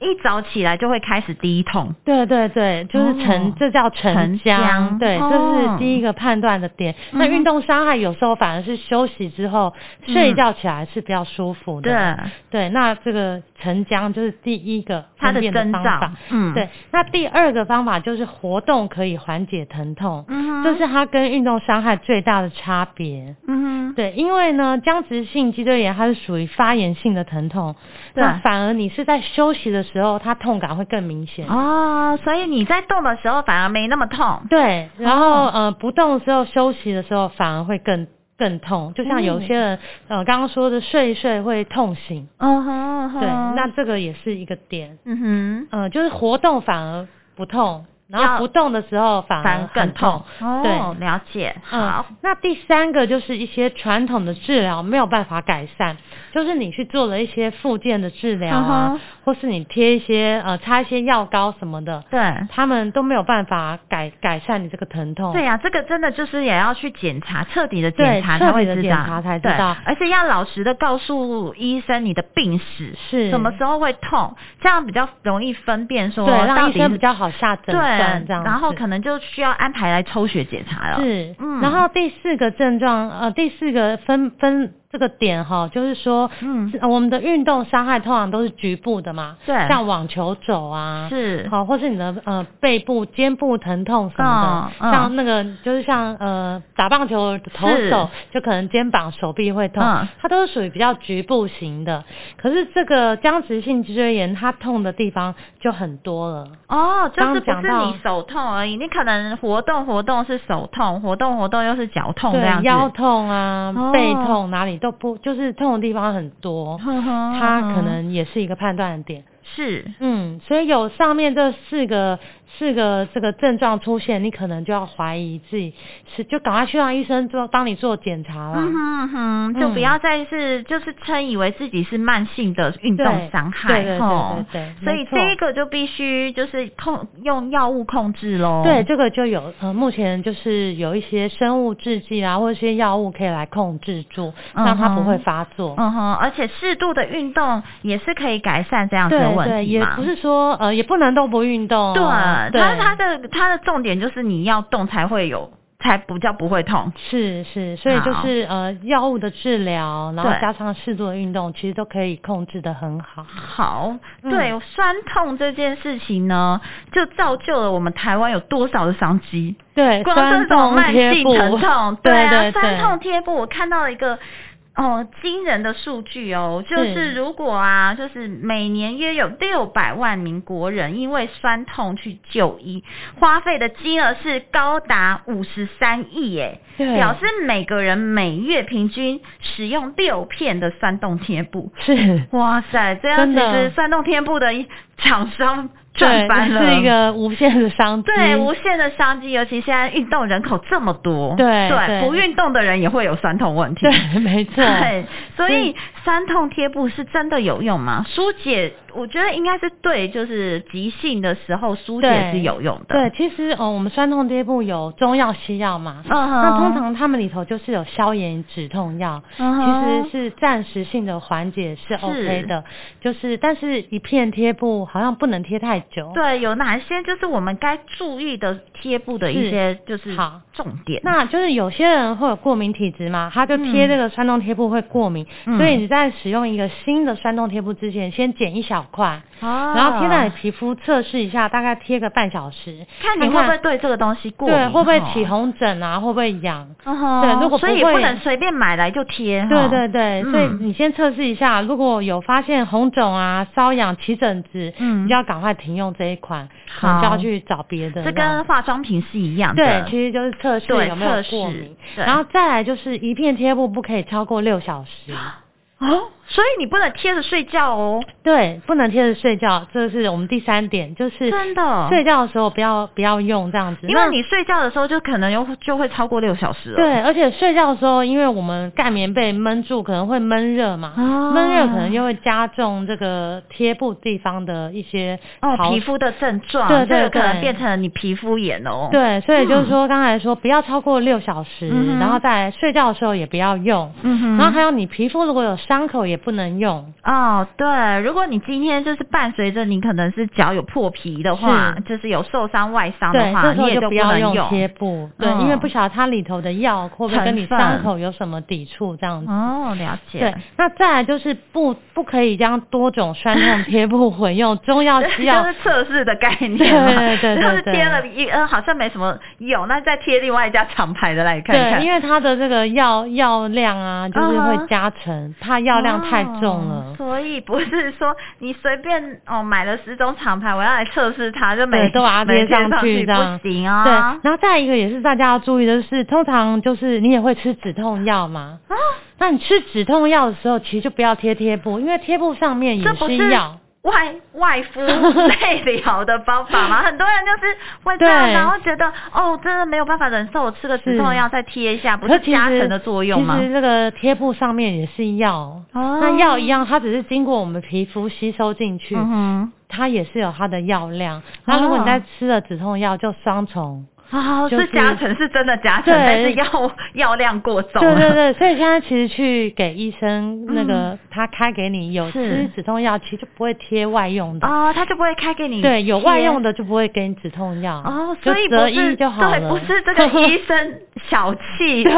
Speaker 2: 一早起来就会开始低痛。
Speaker 3: 对对对，就是成，
Speaker 2: 哦
Speaker 3: 这叫
Speaker 2: 沉
Speaker 3: 成
Speaker 2: 僵
Speaker 3: 僵，对，这
Speaker 2: 哦
Speaker 3: 是第一个判断的点。
Speaker 2: 嗯
Speaker 3: 那
Speaker 2: 哼嗯
Speaker 3: 运动伤害有时候反而是休息之后、睡觉起来是比较舒服的。
Speaker 2: 对，
Speaker 3: 对，那这个沉僵就是第一个
Speaker 2: 他
Speaker 3: 分
Speaker 2: 的
Speaker 3: 辨的
Speaker 2: 征
Speaker 3: 方法
Speaker 2: 兆。。嗯，，
Speaker 3: 对，那第二个方法就是活动可以缓解疼痛，
Speaker 2: 嗯哼，
Speaker 3: 这是它跟运动伤害最大的差别。
Speaker 2: 嗯哼，
Speaker 3: 对，因为呢，僵直性脊椎炎它是属于发炎性的疼痛，那
Speaker 2: 对
Speaker 3: 反而你是在休息的时候，它痛感会更明显。
Speaker 2: 哦，所以你在动的时候反而没那么痛。
Speaker 3: 对，然后、
Speaker 2: 哦
Speaker 3: 呃不动的时候休息的时候反而会更更痛，就像有些人、呃刚刚说的睡一睡会痛醒，
Speaker 2: 嗯哼，嗯哼
Speaker 3: 对，那这个也是一个点，
Speaker 2: 嗯哼。
Speaker 3: 呃就是活动反而不痛，然
Speaker 2: 要
Speaker 3: 后不动的时候反
Speaker 2: 反而
Speaker 3: 而
Speaker 2: 更
Speaker 3: 很痛
Speaker 2: 痛。。哦，了解。
Speaker 3: 嗯
Speaker 2: 好，，
Speaker 3: 那第三个就是一些传统的治疗没有办法改善，就是你去做了一些附件的治疗啊
Speaker 2: 嗯哼
Speaker 3: 或是你贴一些呃擦一些药膏什么的，
Speaker 2: 对。
Speaker 3: 他们都没有办法改改善你这个疼痛。
Speaker 2: 对呀、这个真的就是也要去检查，彻底的
Speaker 3: 哦对
Speaker 2: 检查才会
Speaker 3: 彻
Speaker 2: 知
Speaker 3: 底地
Speaker 2: 道，
Speaker 3: 检查才知道
Speaker 2: 对而且要老实的告诉医生你的病史，
Speaker 3: 是
Speaker 2: 什么时候会痛，这样比较容易分辨说
Speaker 3: 对，
Speaker 2: 到
Speaker 3: 让医
Speaker 2: 底是
Speaker 3: 生比较好下诊
Speaker 2: 对，
Speaker 3: 断这样子。
Speaker 2: 然后可能就需要安排来抽血检查了。
Speaker 3: 是，
Speaker 2: 嗯
Speaker 3: 然后第四个症状，呃，第四个分分这个点哈，就是说，
Speaker 2: 嗯
Speaker 3: 呃我们的运动伤害通常都是局部的嘛，
Speaker 2: 对
Speaker 3: 像网球肘啊，
Speaker 2: 是
Speaker 3: 好，或是你的呃背部、肩部疼痛什么的，
Speaker 2: 嗯嗯
Speaker 3: 像那个就是像呃打棒球的投
Speaker 2: 是
Speaker 3: 手，就可能肩膀、手臂会痛，
Speaker 2: 嗯
Speaker 3: 它都是属于比较局部型的。可是这个僵直性脊椎炎，它痛的地方就很多了。
Speaker 2: 哦，就是不是
Speaker 3: 刚刚讲到
Speaker 2: 你手痛而已，你可能活动活动是手痛，活动活动又是脚痛这样
Speaker 3: 对，
Speaker 2: 子。
Speaker 3: 腰痛啊、
Speaker 2: 哦
Speaker 3: 背痛哪里都不，就是痛的地方很多，
Speaker 2: 哼哼
Speaker 3: 它
Speaker 2: 哼
Speaker 3: 可能也是一个判断点。
Speaker 2: 是
Speaker 3: 嗯，所以有上面这四个四个这个症状出现，你可能就要怀疑自己是，就赶快去让医生做帮你做检查啦。
Speaker 2: 嗯哼嗯哼，就不
Speaker 3: 嗯
Speaker 2: 要再是、就是称以为自己是慢性的运动
Speaker 3: 对
Speaker 2: 伤害
Speaker 3: 对对对
Speaker 2: 吼
Speaker 3: 对对
Speaker 2: 所以
Speaker 3: 没错
Speaker 2: 这一个就必须就是控用药物控制喽。
Speaker 3: 对，，这个就有呃，目前就是有一些生物制剂啊，或者一些药物可以来控制住，
Speaker 2: 嗯
Speaker 3: 让它不
Speaker 2: 哼
Speaker 3: 会发作。
Speaker 2: 嗯哼，而且适度的运动也是可以改善这样子的
Speaker 3: 对
Speaker 2: 问
Speaker 3: 对，
Speaker 2: 题
Speaker 3: 也
Speaker 2: 嘛。
Speaker 3: 不是说呃，也不能都不运动哦、
Speaker 2: 对的，
Speaker 3: 对
Speaker 2: 它它的它的重点就是你要动才会有，才不叫不会痛。
Speaker 3: 是是，所以就
Speaker 2: 好
Speaker 3: 是呃，药物的治疗，然后
Speaker 2: 对
Speaker 3: 加上适度的运动，其实都可以控制的很好。
Speaker 2: 好，
Speaker 3: 嗯
Speaker 2: 对、酸痛这件事情呢，就造就了我们台湾有多少的商机。
Speaker 3: 对，
Speaker 2: 光
Speaker 3: 哎酸
Speaker 2: 这种
Speaker 3: 痛
Speaker 2: 慢
Speaker 3: 贴
Speaker 2: 性
Speaker 3: 布
Speaker 2: 疼 痛，
Speaker 3: 对
Speaker 2: 啊，
Speaker 3: 对
Speaker 2: 酸
Speaker 3: 对
Speaker 2: 痛贴布，我看到了一个。哦，惊人的数据哦，就是是如果啊，就是每年约有六百万名国人因为酸痛去就医，花费的金额是高达五十三亿耶，
Speaker 3: 对
Speaker 2: 表示每个人每月平均使用六片的酸痛贴布。
Speaker 3: 是。
Speaker 2: 哇塞，这样
Speaker 3: 真
Speaker 2: 其
Speaker 3: 的
Speaker 2: 实酸痛天布的厂商赚
Speaker 3: 对，
Speaker 2: 翻了，
Speaker 3: 是一个无限的商机。
Speaker 2: 对无限的商机，尤其现在运动人口这么多，
Speaker 3: 对
Speaker 2: 对，
Speaker 3: 对
Speaker 2: 不运动的人也会有酸痛问题。
Speaker 3: 对，没错，
Speaker 2: 对，所以酸痛贴布是真的有用吗？疏解，我觉得应该是对，就是急性的时候疏解
Speaker 3: 对
Speaker 2: 是有用的。
Speaker 3: 对，，其实哦，我们酸痛贴布有中药、西药嘛，
Speaker 2: 嗯哼，
Speaker 3: 那通常它们里头就是有消炎止痛药，
Speaker 2: 嗯哼
Speaker 3: 其实是暂时性的缓解是 OK
Speaker 2: 是
Speaker 3: 的，就是但是一片贴布好像不能贴太久。
Speaker 2: 对有哪一些就是我们该注意的贴布的一
Speaker 3: 是
Speaker 2: 些就是
Speaker 3: 好
Speaker 2: 重点？
Speaker 3: 那就是有些人会有过敏体质嘛，他就贴这个酸痛贴布会过敏，
Speaker 2: 嗯
Speaker 3: 所以你在使用一个新的酸痛贴布之前，先剪一小块，
Speaker 2: 哦
Speaker 3: 然后贴在你皮肤测试一下，大概贴个半小时，
Speaker 2: 看你会不会对这个东西过敏，
Speaker 3: 对会不会
Speaker 2: 哦
Speaker 3: 起？红疹啊，会不会痒？
Speaker 2: 嗯哼
Speaker 3: 对如果
Speaker 2: 所
Speaker 3: 不
Speaker 2: 以也不
Speaker 3: 会
Speaker 2: 能随便买来就贴。
Speaker 3: 对
Speaker 2: 哦
Speaker 3: 对对，所以
Speaker 2: 嗯
Speaker 3: 你先测试一下，如果有发现红肿啊、瘙痒、起疹子，
Speaker 2: 嗯
Speaker 3: 你就要赶快停用这一款，可能就
Speaker 2: 好
Speaker 3: 要去找别的。
Speaker 2: 这跟化妆品是一样
Speaker 3: 对
Speaker 2: 的。，
Speaker 3: 其实就是测试
Speaker 2: 对
Speaker 3: 有没有
Speaker 2: 测
Speaker 3: 过
Speaker 2: 试
Speaker 3: 敏，
Speaker 2: 对
Speaker 3: 然后再来就是一片贴布不可以超过六小时，
Speaker 2: 哦，所以你不能贴着睡觉哦，
Speaker 3: 对，不能贴着睡觉，这是我们第三点，就是
Speaker 2: 真的。
Speaker 3: 睡觉的时候不要不要用这样子，
Speaker 2: 因
Speaker 3: 那
Speaker 2: 为你睡觉的时候就可能又就会超过六小时了。，哦
Speaker 3: 对，而且睡觉的时候，因为我们盖棉被闷住，可能会闷热嘛，
Speaker 2: 哦
Speaker 3: 闷热可能就会加重这个贴布地方的一些
Speaker 2: 哦，
Speaker 3: 潮
Speaker 2: 皮肤的症状，
Speaker 3: 对对
Speaker 2: 这个可能
Speaker 3: 对
Speaker 2: 变成了你皮肤炎哦。，
Speaker 3: 对，所以就是说，刚才说不要超过六小时，
Speaker 2: 嗯哼
Speaker 3: 然后再来睡觉的时候也不要用，
Speaker 2: 嗯哼。
Speaker 3: 然后还有你皮肤如果有伤口也不能用，
Speaker 2: 哦，对，如果你今天就是伴随着你可能是脚有破皮的话，
Speaker 3: 是
Speaker 2: 就是有受伤外伤的
Speaker 3: 对，
Speaker 2: 话，
Speaker 3: 这时
Speaker 2: 你
Speaker 3: 候
Speaker 2: 也
Speaker 3: 就
Speaker 2: 不
Speaker 3: 不要
Speaker 2: 能
Speaker 3: 贴布，对，
Speaker 2: 嗯
Speaker 3: 因为不晓得它里头的药会不会跟你
Speaker 2: 成分
Speaker 3: 伤口有什么抵触这样子。
Speaker 2: 哦，了解。
Speaker 3: 对，那再来就是不不可以将多种酸痛贴布混用，中药西 药
Speaker 2: 就是测试的概念嘛，
Speaker 3: 啊对对对对
Speaker 2: 就是贴了一呃好像没什么用，那再贴另外一家厂牌的来看看。
Speaker 3: 对，因为它的这个药药量啊，就是
Speaker 2: 嗯
Speaker 3: 会
Speaker 2: 哼
Speaker 3: 加成，怕药量太重
Speaker 2: 哦
Speaker 3: 了。
Speaker 2: 所以不是说你随便哦买了十种厂牌，我要来测试它，就每
Speaker 3: 对，都把它
Speaker 2: 每
Speaker 3: 贴上
Speaker 2: 去
Speaker 3: 去这样
Speaker 2: 不行啊、
Speaker 3: 对，然后再一个也是大家要注意的是，通常就是你也会吃止痛药嘛。
Speaker 2: 啊
Speaker 3: 那你吃止痛药的时候，其实就不要贴贴布，因为贴布上面也
Speaker 2: 这不是
Speaker 3: 药。
Speaker 2: 外外敷内疗的方法 嘛，很多人就是会这样，
Speaker 3: 对
Speaker 2: 然后觉得哦，真的没有办法忍受，我吃个止痛
Speaker 3: 是
Speaker 2: 药再贴一下，不
Speaker 3: 可
Speaker 2: 是
Speaker 3: 其实
Speaker 2: 加成的作用吗
Speaker 3: 其？实这个贴布上面也是药，
Speaker 2: 哦
Speaker 3: 那药一样，它只是经过我们皮肤吸收进去，
Speaker 2: 嗯哦
Speaker 3: 它也是有它的药量。那如果你在吃了止痛药，就双重。
Speaker 2: 哼，哦，
Speaker 3: 就是
Speaker 2: 是加成是真的加成，
Speaker 3: 对
Speaker 2: 但是药药量过重
Speaker 3: 对
Speaker 2: 了。
Speaker 3: 对对，所以现在其实去给医生那个、他开给你有
Speaker 2: 嗯是
Speaker 3: 吃止痛药，其实就不会贴外用 的。
Speaker 2: 哦，他就不会开给你
Speaker 3: 对，有外用
Speaker 2: 的
Speaker 3: 的就不会给你止痛药
Speaker 2: 哦，
Speaker 3: 就
Speaker 2: 所以不
Speaker 3: 择
Speaker 2: 是
Speaker 3: 一就好了。
Speaker 2: 对，不是这个医生小气，
Speaker 3: 对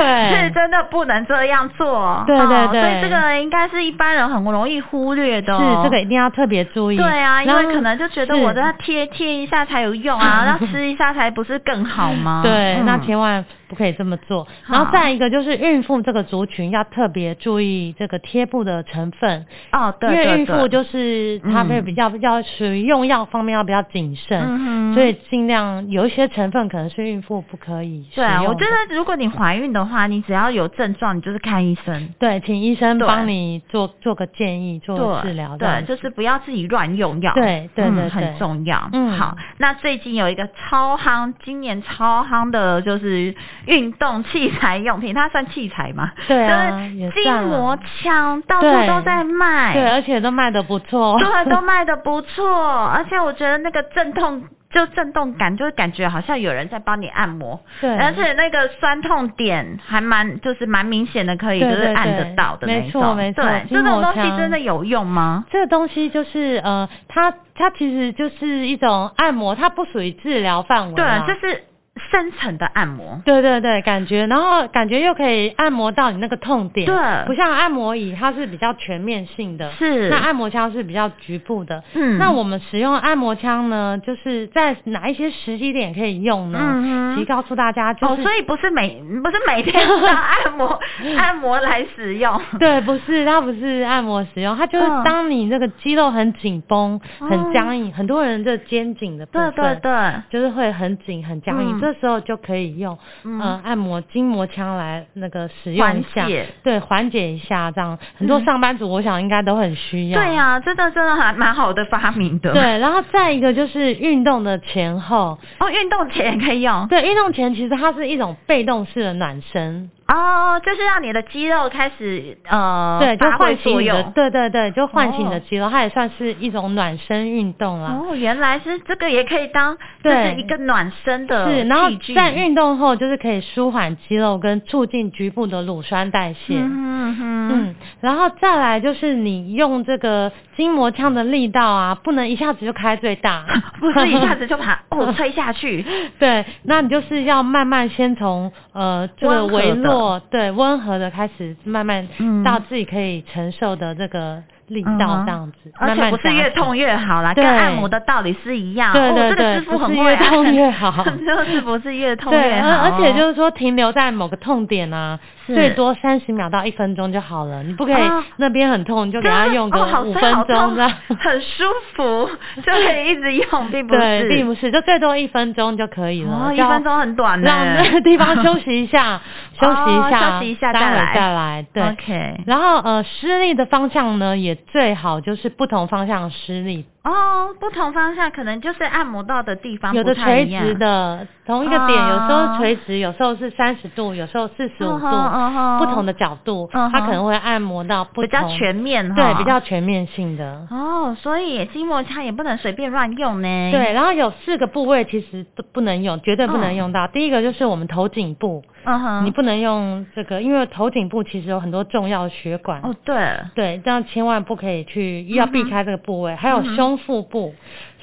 Speaker 2: 是真的不能这样做。
Speaker 3: 对对
Speaker 2: 哦
Speaker 3: 对
Speaker 2: 所以这个应该是一般人很容易忽略的哦、
Speaker 3: 是这个一定要特别注意。
Speaker 2: 对啊，因
Speaker 3: 然
Speaker 2: 为
Speaker 3: 后
Speaker 2: 可能就觉得
Speaker 3: 是
Speaker 2: 我的贴贴一下才有用 啊，那吃一下才不是更好吗？
Speaker 3: 对，
Speaker 2: 嗯
Speaker 3: 那千万不可以这么做。然后
Speaker 2: 好
Speaker 3: 再一个就是孕妇这个族群要特别注意这个贴布的成分，
Speaker 2: 哦，对
Speaker 3: 因
Speaker 2: 对
Speaker 3: 为孕
Speaker 2: 对
Speaker 3: 妇就是她会
Speaker 2: 嗯
Speaker 3: 比较、比较属于用药方面要比较谨慎，
Speaker 2: 嗯哼
Speaker 3: 所以尽量有一些成分可能是孕妇不可以使
Speaker 2: 对啊，
Speaker 3: 用
Speaker 2: 我
Speaker 3: 的
Speaker 2: 觉得如果你怀孕的话，你只要有症状，你就是看医生。
Speaker 3: 对，请医生
Speaker 2: 对
Speaker 3: 帮你做做个建议，做治
Speaker 2: 对
Speaker 3: 疗这样
Speaker 2: 对，
Speaker 3: 子，
Speaker 2: 就是不要自己乱用药，
Speaker 3: 对对对
Speaker 2: 嗯，很
Speaker 3: 对
Speaker 2: 重要。
Speaker 3: 嗯
Speaker 2: 好，那最近有一个超夯，今年超夯的就是运动器材用品，它算器材吗？
Speaker 3: 对啊
Speaker 2: 就
Speaker 3: 也
Speaker 2: 是筋
Speaker 3: 算啊
Speaker 2: 膜枪，到处
Speaker 3: 对哎
Speaker 2: 都在卖，
Speaker 3: 对，而且都卖的不错。
Speaker 2: 对，都卖的不错，而且我觉得那个阵痛就震动感，就会感觉好像有人在帮你按摩，
Speaker 3: 对，
Speaker 2: 而且那个酸痛点还蛮就是蛮明显的，可以就
Speaker 3: 对
Speaker 2: 是
Speaker 3: 对
Speaker 2: 按
Speaker 3: 对
Speaker 2: 得到的那
Speaker 3: 没
Speaker 2: 一
Speaker 3: 错
Speaker 2: 种。
Speaker 3: 没错
Speaker 2: 对，
Speaker 3: 筋
Speaker 2: 这种
Speaker 3: 膜
Speaker 2: 东西
Speaker 3: 枪
Speaker 2: 真的有用吗？
Speaker 3: 这个东西就是呃，它它其实就是一种按摩，它不属于治疗范围啦。
Speaker 2: 对，啊就是深层的按摩。
Speaker 3: 对对对，感觉，然后感觉又可以按摩到你那个痛点，
Speaker 2: 对
Speaker 3: 不像按摩椅，它是比较全面性的，
Speaker 2: 是
Speaker 3: 那按摩枪是比较局部的。
Speaker 2: 嗯
Speaker 3: 那我们使用按摩枪呢，就是在哪一些时机点可以用呢？
Speaker 2: 嗯哼
Speaker 3: 其实告诉大家，就
Speaker 2: 哦，
Speaker 3: 是、
Speaker 2: 所以不是 嗯每不是每天都要按摩按摩来使用。
Speaker 3: 对，不是，它不是按摩使用，它就是
Speaker 2: 嗯
Speaker 3: 当你那个肌肉很紧绷、
Speaker 2: 哦
Speaker 3: 很僵硬，很多人的肩颈的部
Speaker 2: 对
Speaker 3: 分，
Speaker 2: 对对，
Speaker 3: 就是会很紧很僵硬，
Speaker 2: 嗯
Speaker 3: 这时候就可以用
Speaker 2: 嗯
Speaker 3: 呃按摩筋膜枪来那个使用一下
Speaker 2: 缓解，嗯
Speaker 3: 对，缓解一下这样。很多上班族我想应该都很需要。
Speaker 2: 对呀、真的真的还蛮好的发明的。
Speaker 3: 对，，然后再一个就是运动的前后，
Speaker 2: 哦，运动前也可以用
Speaker 3: 对，运动前其实它是一种被动式的暖身，
Speaker 2: 哦，就是让你的肌肉开始呃
Speaker 3: 对，就
Speaker 2: 发挥
Speaker 3: 唤醒
Speaker 2: 作
Speaker 3: 你的，
Speaker 2: 用。
Speaker 3: 对对对，就唤醒你的
Speaker 2: 哦
Speaker 3: 肌肉，它也算是一种暖身运动啦。
Speaker 2: 哦，原来是这个也可以当，就
Speaker 3: 对
Speaker 2: 是一个暖身的
Speaker 3: 是，然后
Speaker 2: 哦器具
Speaker 3: 在运动后就是可以舒缓肌肉跟促进局部的乳酸代谢。
Speaker 2: 嗯哼，
Speaker 3: 嗯，然后再来就是你用这个筋膜枪的力道啊，不能一下子就开最大
Speaker 2: 不是一下子就把哦推下去，
Speaker 3: 对，那你就是要慢慢先从呃这个
Speaker 2: 温和
Speaker 3: 微
Speaker 2: 的
Speaker 3: 弱，对，温和的开始，慢慢
Speaker 2: 嗯
Speaker 3: 到自己可以承受的这个力
Speaker 2: 嗯
Speaker 3: 道
Speaker 2: 哼
Speaker 3: 这样子，
Speaker 2: 而
Speaker 3: 慢
Speaker 2: 且
Speaker 3: 慢
Speaker 2: 不是越
Speaker 3: 加强
Speaker 2: 痛越好啦，
Speaker 3: 对
Speaker 2: 跟按摩的道理是一样。
Speaker 3: 对
Speaker 2: 哦，
Speaker 3: 对
Speaker 2: 这个
Speaker 3: 对
Speaker 2: 师傅
Speaker 3: 不是
Speaker 2: 很会、啊，
Speaker 3: 越痛越好
Speaker 2: 就是 不是越痛
Speaker 3: 对，
Speaker 2: 越好。哦
Speaker 3: 而而且就是说停留在某个痛点啊，
Speaker 2: 是
Speaker 3: 最多三十秒到一分钟就好了，你不可以
Speaker 2: 啊
Speaker 3: 那边很痛，你就给
Speaker 2: 对
Speaker 3: 它
Speaker 2: 啊
Speaker 3: 用个
Speaker 2: 哦好
Speaker 3: 五
Speaker 2: 酸
Speaker 3: 分
Speaker 2: 好
Speaker 3: 钟啊
Speaker 2: 痛
Speaker 3: 这样。
Speaker 2: 很舒 服，就可以一直用，并不
Speaker 3: 对，
Speaker 2: 是，
Speaker 3: 并不是，就最多一分钟就可以了。
Speaker 2: 哦，一
Speaker 3: 就
Speaker 2: 分钟很短呢，
Speaker 3: 让那个 地方 休息一下，休息一下，
Speaker 2: 哦休息一下
Speaker 3: 待
Speaker 2: 再
Speaker 3: 会
Speaker 2: 来
Speaker 3: 再来。对
Speaker 2: OK，
Speaker 3: 然后呃，施力的方向呢，也最好就是不同方向施力，
Speaker 2: 哦，不同方向可能就是按摩到的地方
Speaker 3: 有
Speaker 2: 不
Speaker 3: 的
Speaker 2: 太
Speaker 3: 垂
Speaker 2: 一样
Speaker 3: 直，的，同一个点，有时
Speaker 2: 哦
Speaker 3: 候垂直，有时候是三十度，有时候四十五
Speaker 2: 嗯
Speaker 3: 度
Speaker 2: 哼嗯哼
Speaker 3: 不同的角度，
Speaker 2: 嗯哼
Speaker 3: 它可能会按摩到不
Speaker 2: 比较
Speaker 3: 同
Speaker 2: 全面哈，
Speaker 3: 对，比较全面性的。
Speaker 2: 哦，所以筋膜枪也不能随便乱用呢，
Speaker 3: 对，，然后有四个部位其实都不能用，绝对不
Speaker 2: 哦
Speaker 3: 能用到。第一个就是我们头颈部，
Speaker 2: 嗯哼，
Speaker 3: 你不能用这个，因为头颈部其实有很多重要血管，
Speaker 2: 哦对，
Speaker 3: 对，这样千万不可以去，要避开这个部位。还有
Speaker 2: 嗯哼
Speaker 3: 胸腹部，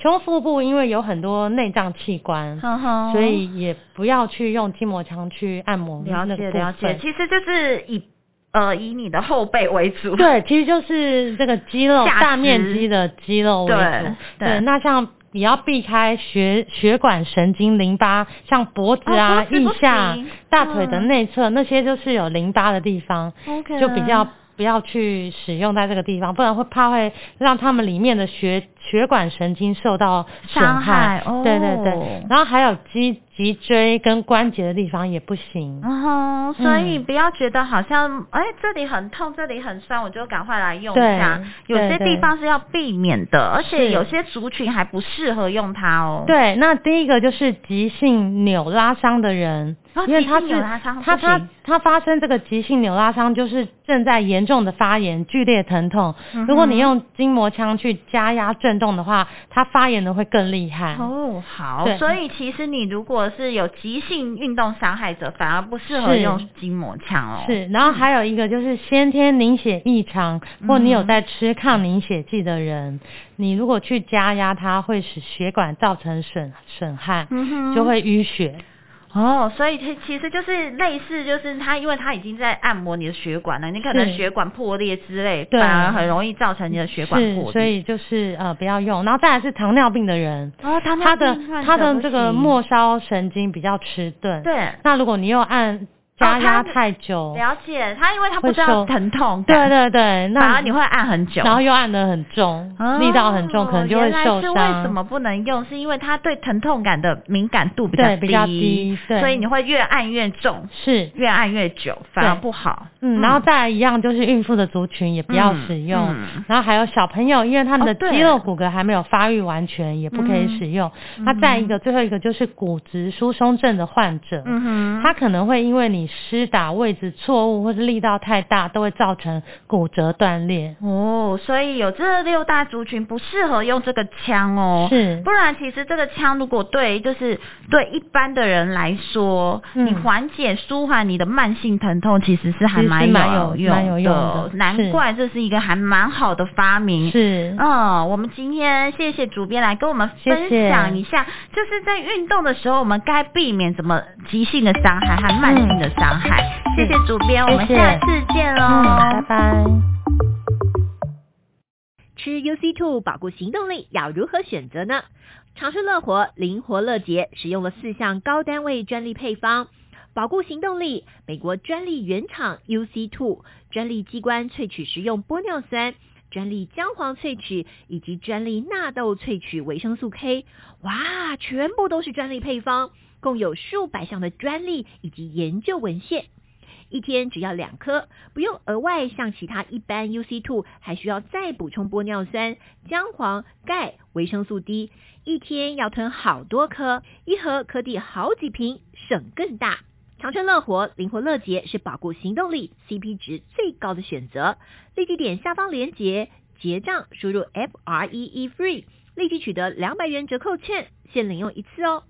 Speaker 3: 胸腹部因为有很多内脏器官，
Speaker 2: 嗯哼，
Speaker 3: 所以也不要去用筋膜枪去按摩
Speaker 2: 了
Speaker 3: 哦那个
Speaker 2: 解
Speaker 3: 部
Speaker 2: 了解，
Speaker 3: 分。
Speaker 2: 其实就是以呃以你的后背为 主，
Speaker 3: 对，其实就是这个肌肉
Speaker 2: 下肢
Speaker 3: 大面积的肌肉为主。
Speaker 2: 对对
Speaker 3: 那像也要避开血血管、神经、淋巴，像脖子
Speaker 2: 哦
Speaker 3: 啊、
Speaker 2: 脖子
Speaker 3: 腋
Speaker 2: 不
Speaker 3: 下
Speaker 2: 行、
Speaker 3: 大腿的
Speaker 2: 嗯
Speaker 3: 内侧、那些，就是有淋巴的地方
Speaker 2: OK
Speaker 3: 就比较。不要去使用在这个地方，不然会怕会让他们里面的血血管神经受到损
Speaker 2: 伤害哦
Speaker 3: 对对对，然后还有脊脊椎跟关节的地方也不行。
Speaker 2: 哦，所以
Speaker 3: 嗯
Speaker 2: 不要觉得好像，哎、这里很痛，这里很酸，我就赶快来用一下。有
Speaker 3: 对
Speaker 2: 些
Speaker 3: 对
Speaker 2: 地方是要避免的，而且
Speaker 3: 是
Speaker 2: 有些族群还不适合用它哦。，
Speaker 3: 对，那第一个就是急性扭拉伤的人，
Speaker 2: 哦
Speaker 3: 因为
Speaker 2: 急
Speaker 3: 他
Speaker 2: 性
Speaker 3: 是
Speaker 2: 扭拉伤
Speaker 3: 他
Speaker 2: 不
Speaker 3: 他
Speaker 2: 行
Speaker 3: 他发生这个急性扭拉伤，就是正在严重的发炎、剧烈疼痛。
Speaker 2: 嗯
Speaker 3: 如果你用筋膜枪去加压震动的话，它发炎的会更厉害。
Speaker 2: 哦，好，
Speaker 3: 对
Speaker 2: 所以其实你如果是有急性运动伤害者，反而不适合
Speaker 3: 是
Speaker 2: 用筋膜枪哦。，
Speaker 3: 是，然后还有一个就是先天凝血异常，或你
Speaker 2: 嗯
Speaker 3: 有在吃抗凝血剂的人，你如果去加压它，会使血管造成损损害，
Speaker 2: 嗯哼，
Speaker 3: 就会淤血。
Speaker 2: 哦，所以其其实就是类似，就是它，因为它已经在按摩你的血管了，你可能
Speaker 3: 是
Speaker 2: 血管破裂之类，
Speaker 3: 对
Speaker 2: 反而很容易造成你的血管破裂。
Speaker 3: 是，所以就是呃不要用，然后再来是糖尿病的人，
Speaker 2: 哦，他
Speaker 3: 他的他的这个末梢神经比较迟钝，，
Speaker 2: 对。哦
Speaker 3: 那如果你又按加压太久，
Speaker 2: 了解，他因为他不
Speaker 3: 会
Speaker 2: 知道
Speaker 3: 受
Speaker 2: 疼痛感，
Speaker 3: 对对对，那
Speaker 2: 反而你会按很久，
Speaker 3: 然后又按得很重，
Speaker 2: 哦
Speaker 3: 力道很重，可能就会
Speaker 2: 原来
Speaker 3: 受
Speaker 2: 是
Speaker 3: 伤。
Speaker 2: 为什么不能用？是因为他对疼痛感的敏感度比较
Speaker 3: 对比较低对
Speaker 2: 所以你会越按越重，
Speaker 3: 是，
Speaker 2: 越按越久，反而
Speaker 3: 对
Speaker 2: 不好。
Speaker 3: 嗯，然后再来一样就是孕妇的族群也不要使用，
Speaker 2: 嗯嗯
Speaker 3: 然后还有小朋友，因为他们
Speaker 2: 哦
Speaker 3: 的
Speaker 2: 对嗯
Speaker 3: 肌肉骨骼还没有发育完全，也不可以使用。那再一个，最后一个就是骨质疏松症的患者，
Speaker 2: 嗯哼，
Speaker 3: 他可能会因为你施打位置错误或是力道太大，都会造成骨折断裂。
Speaker 2: 哦，所以有这六大族群不适合用这个枪哦。
Speaker 3: 是
Speaker 2: 不然其实这个枪如果对就是对一般的人来说，
Speaker 3: 嗯
Speaker 2: 你缓解舒缓你的慢性疼痛其实是还
Speaker 3: 其实
Speaker 2: 蛮
Speaker 3: 蛮
Speaker 2: 有
Speaker 3: 有
Speaker 2: 用
Speaker 3: 蛮有用的
Speaker 2: 难
Speaker 3: 是
Speaker 2: 怪这是一个还蛮好的发明。
Speaker 3: 是，
Speaker 2: 嗯，我们今天谢谢主编来跟我们
Speaker 3: 谢
Speaker 2: 分
Speaker 3: 谢
Speaker 2: 享一下，就是在运动的时候，我们该避免怎么急性的伤害和慢性的伤害。谢谢主编，我们
Speaker 3: 嗯谢谢
Speaker 2: 下次见哦喽。
Speaker 3: 嗯，拜拜。
Speaker 1: 吃 UC Two 保护行动力要如何选择呢？长春乐活灵活乐捷使用了四项高单位专利配方，保护行动力。美国专利原厂 UC Two 专利机关萃取食用玻尿酸。专利姜黄萃取以及专利纳豆萃取维生素 K，哇，全部都是专利配方，共有数百项的专利以及研究文献。一天只要两颗，不用额外像其他一般 UC two 还需要再补充玻尿酸、姜黄、钙、维生素 D，一天要吞好多颗，一盒可抵好几瓶，省更大。长春乐活灵活乐捷是保护行动力 CP 值最高的选择，立即点下方链接结账，输入 F R E E FREE，立即取得两百元折扣券，限领用一次哦。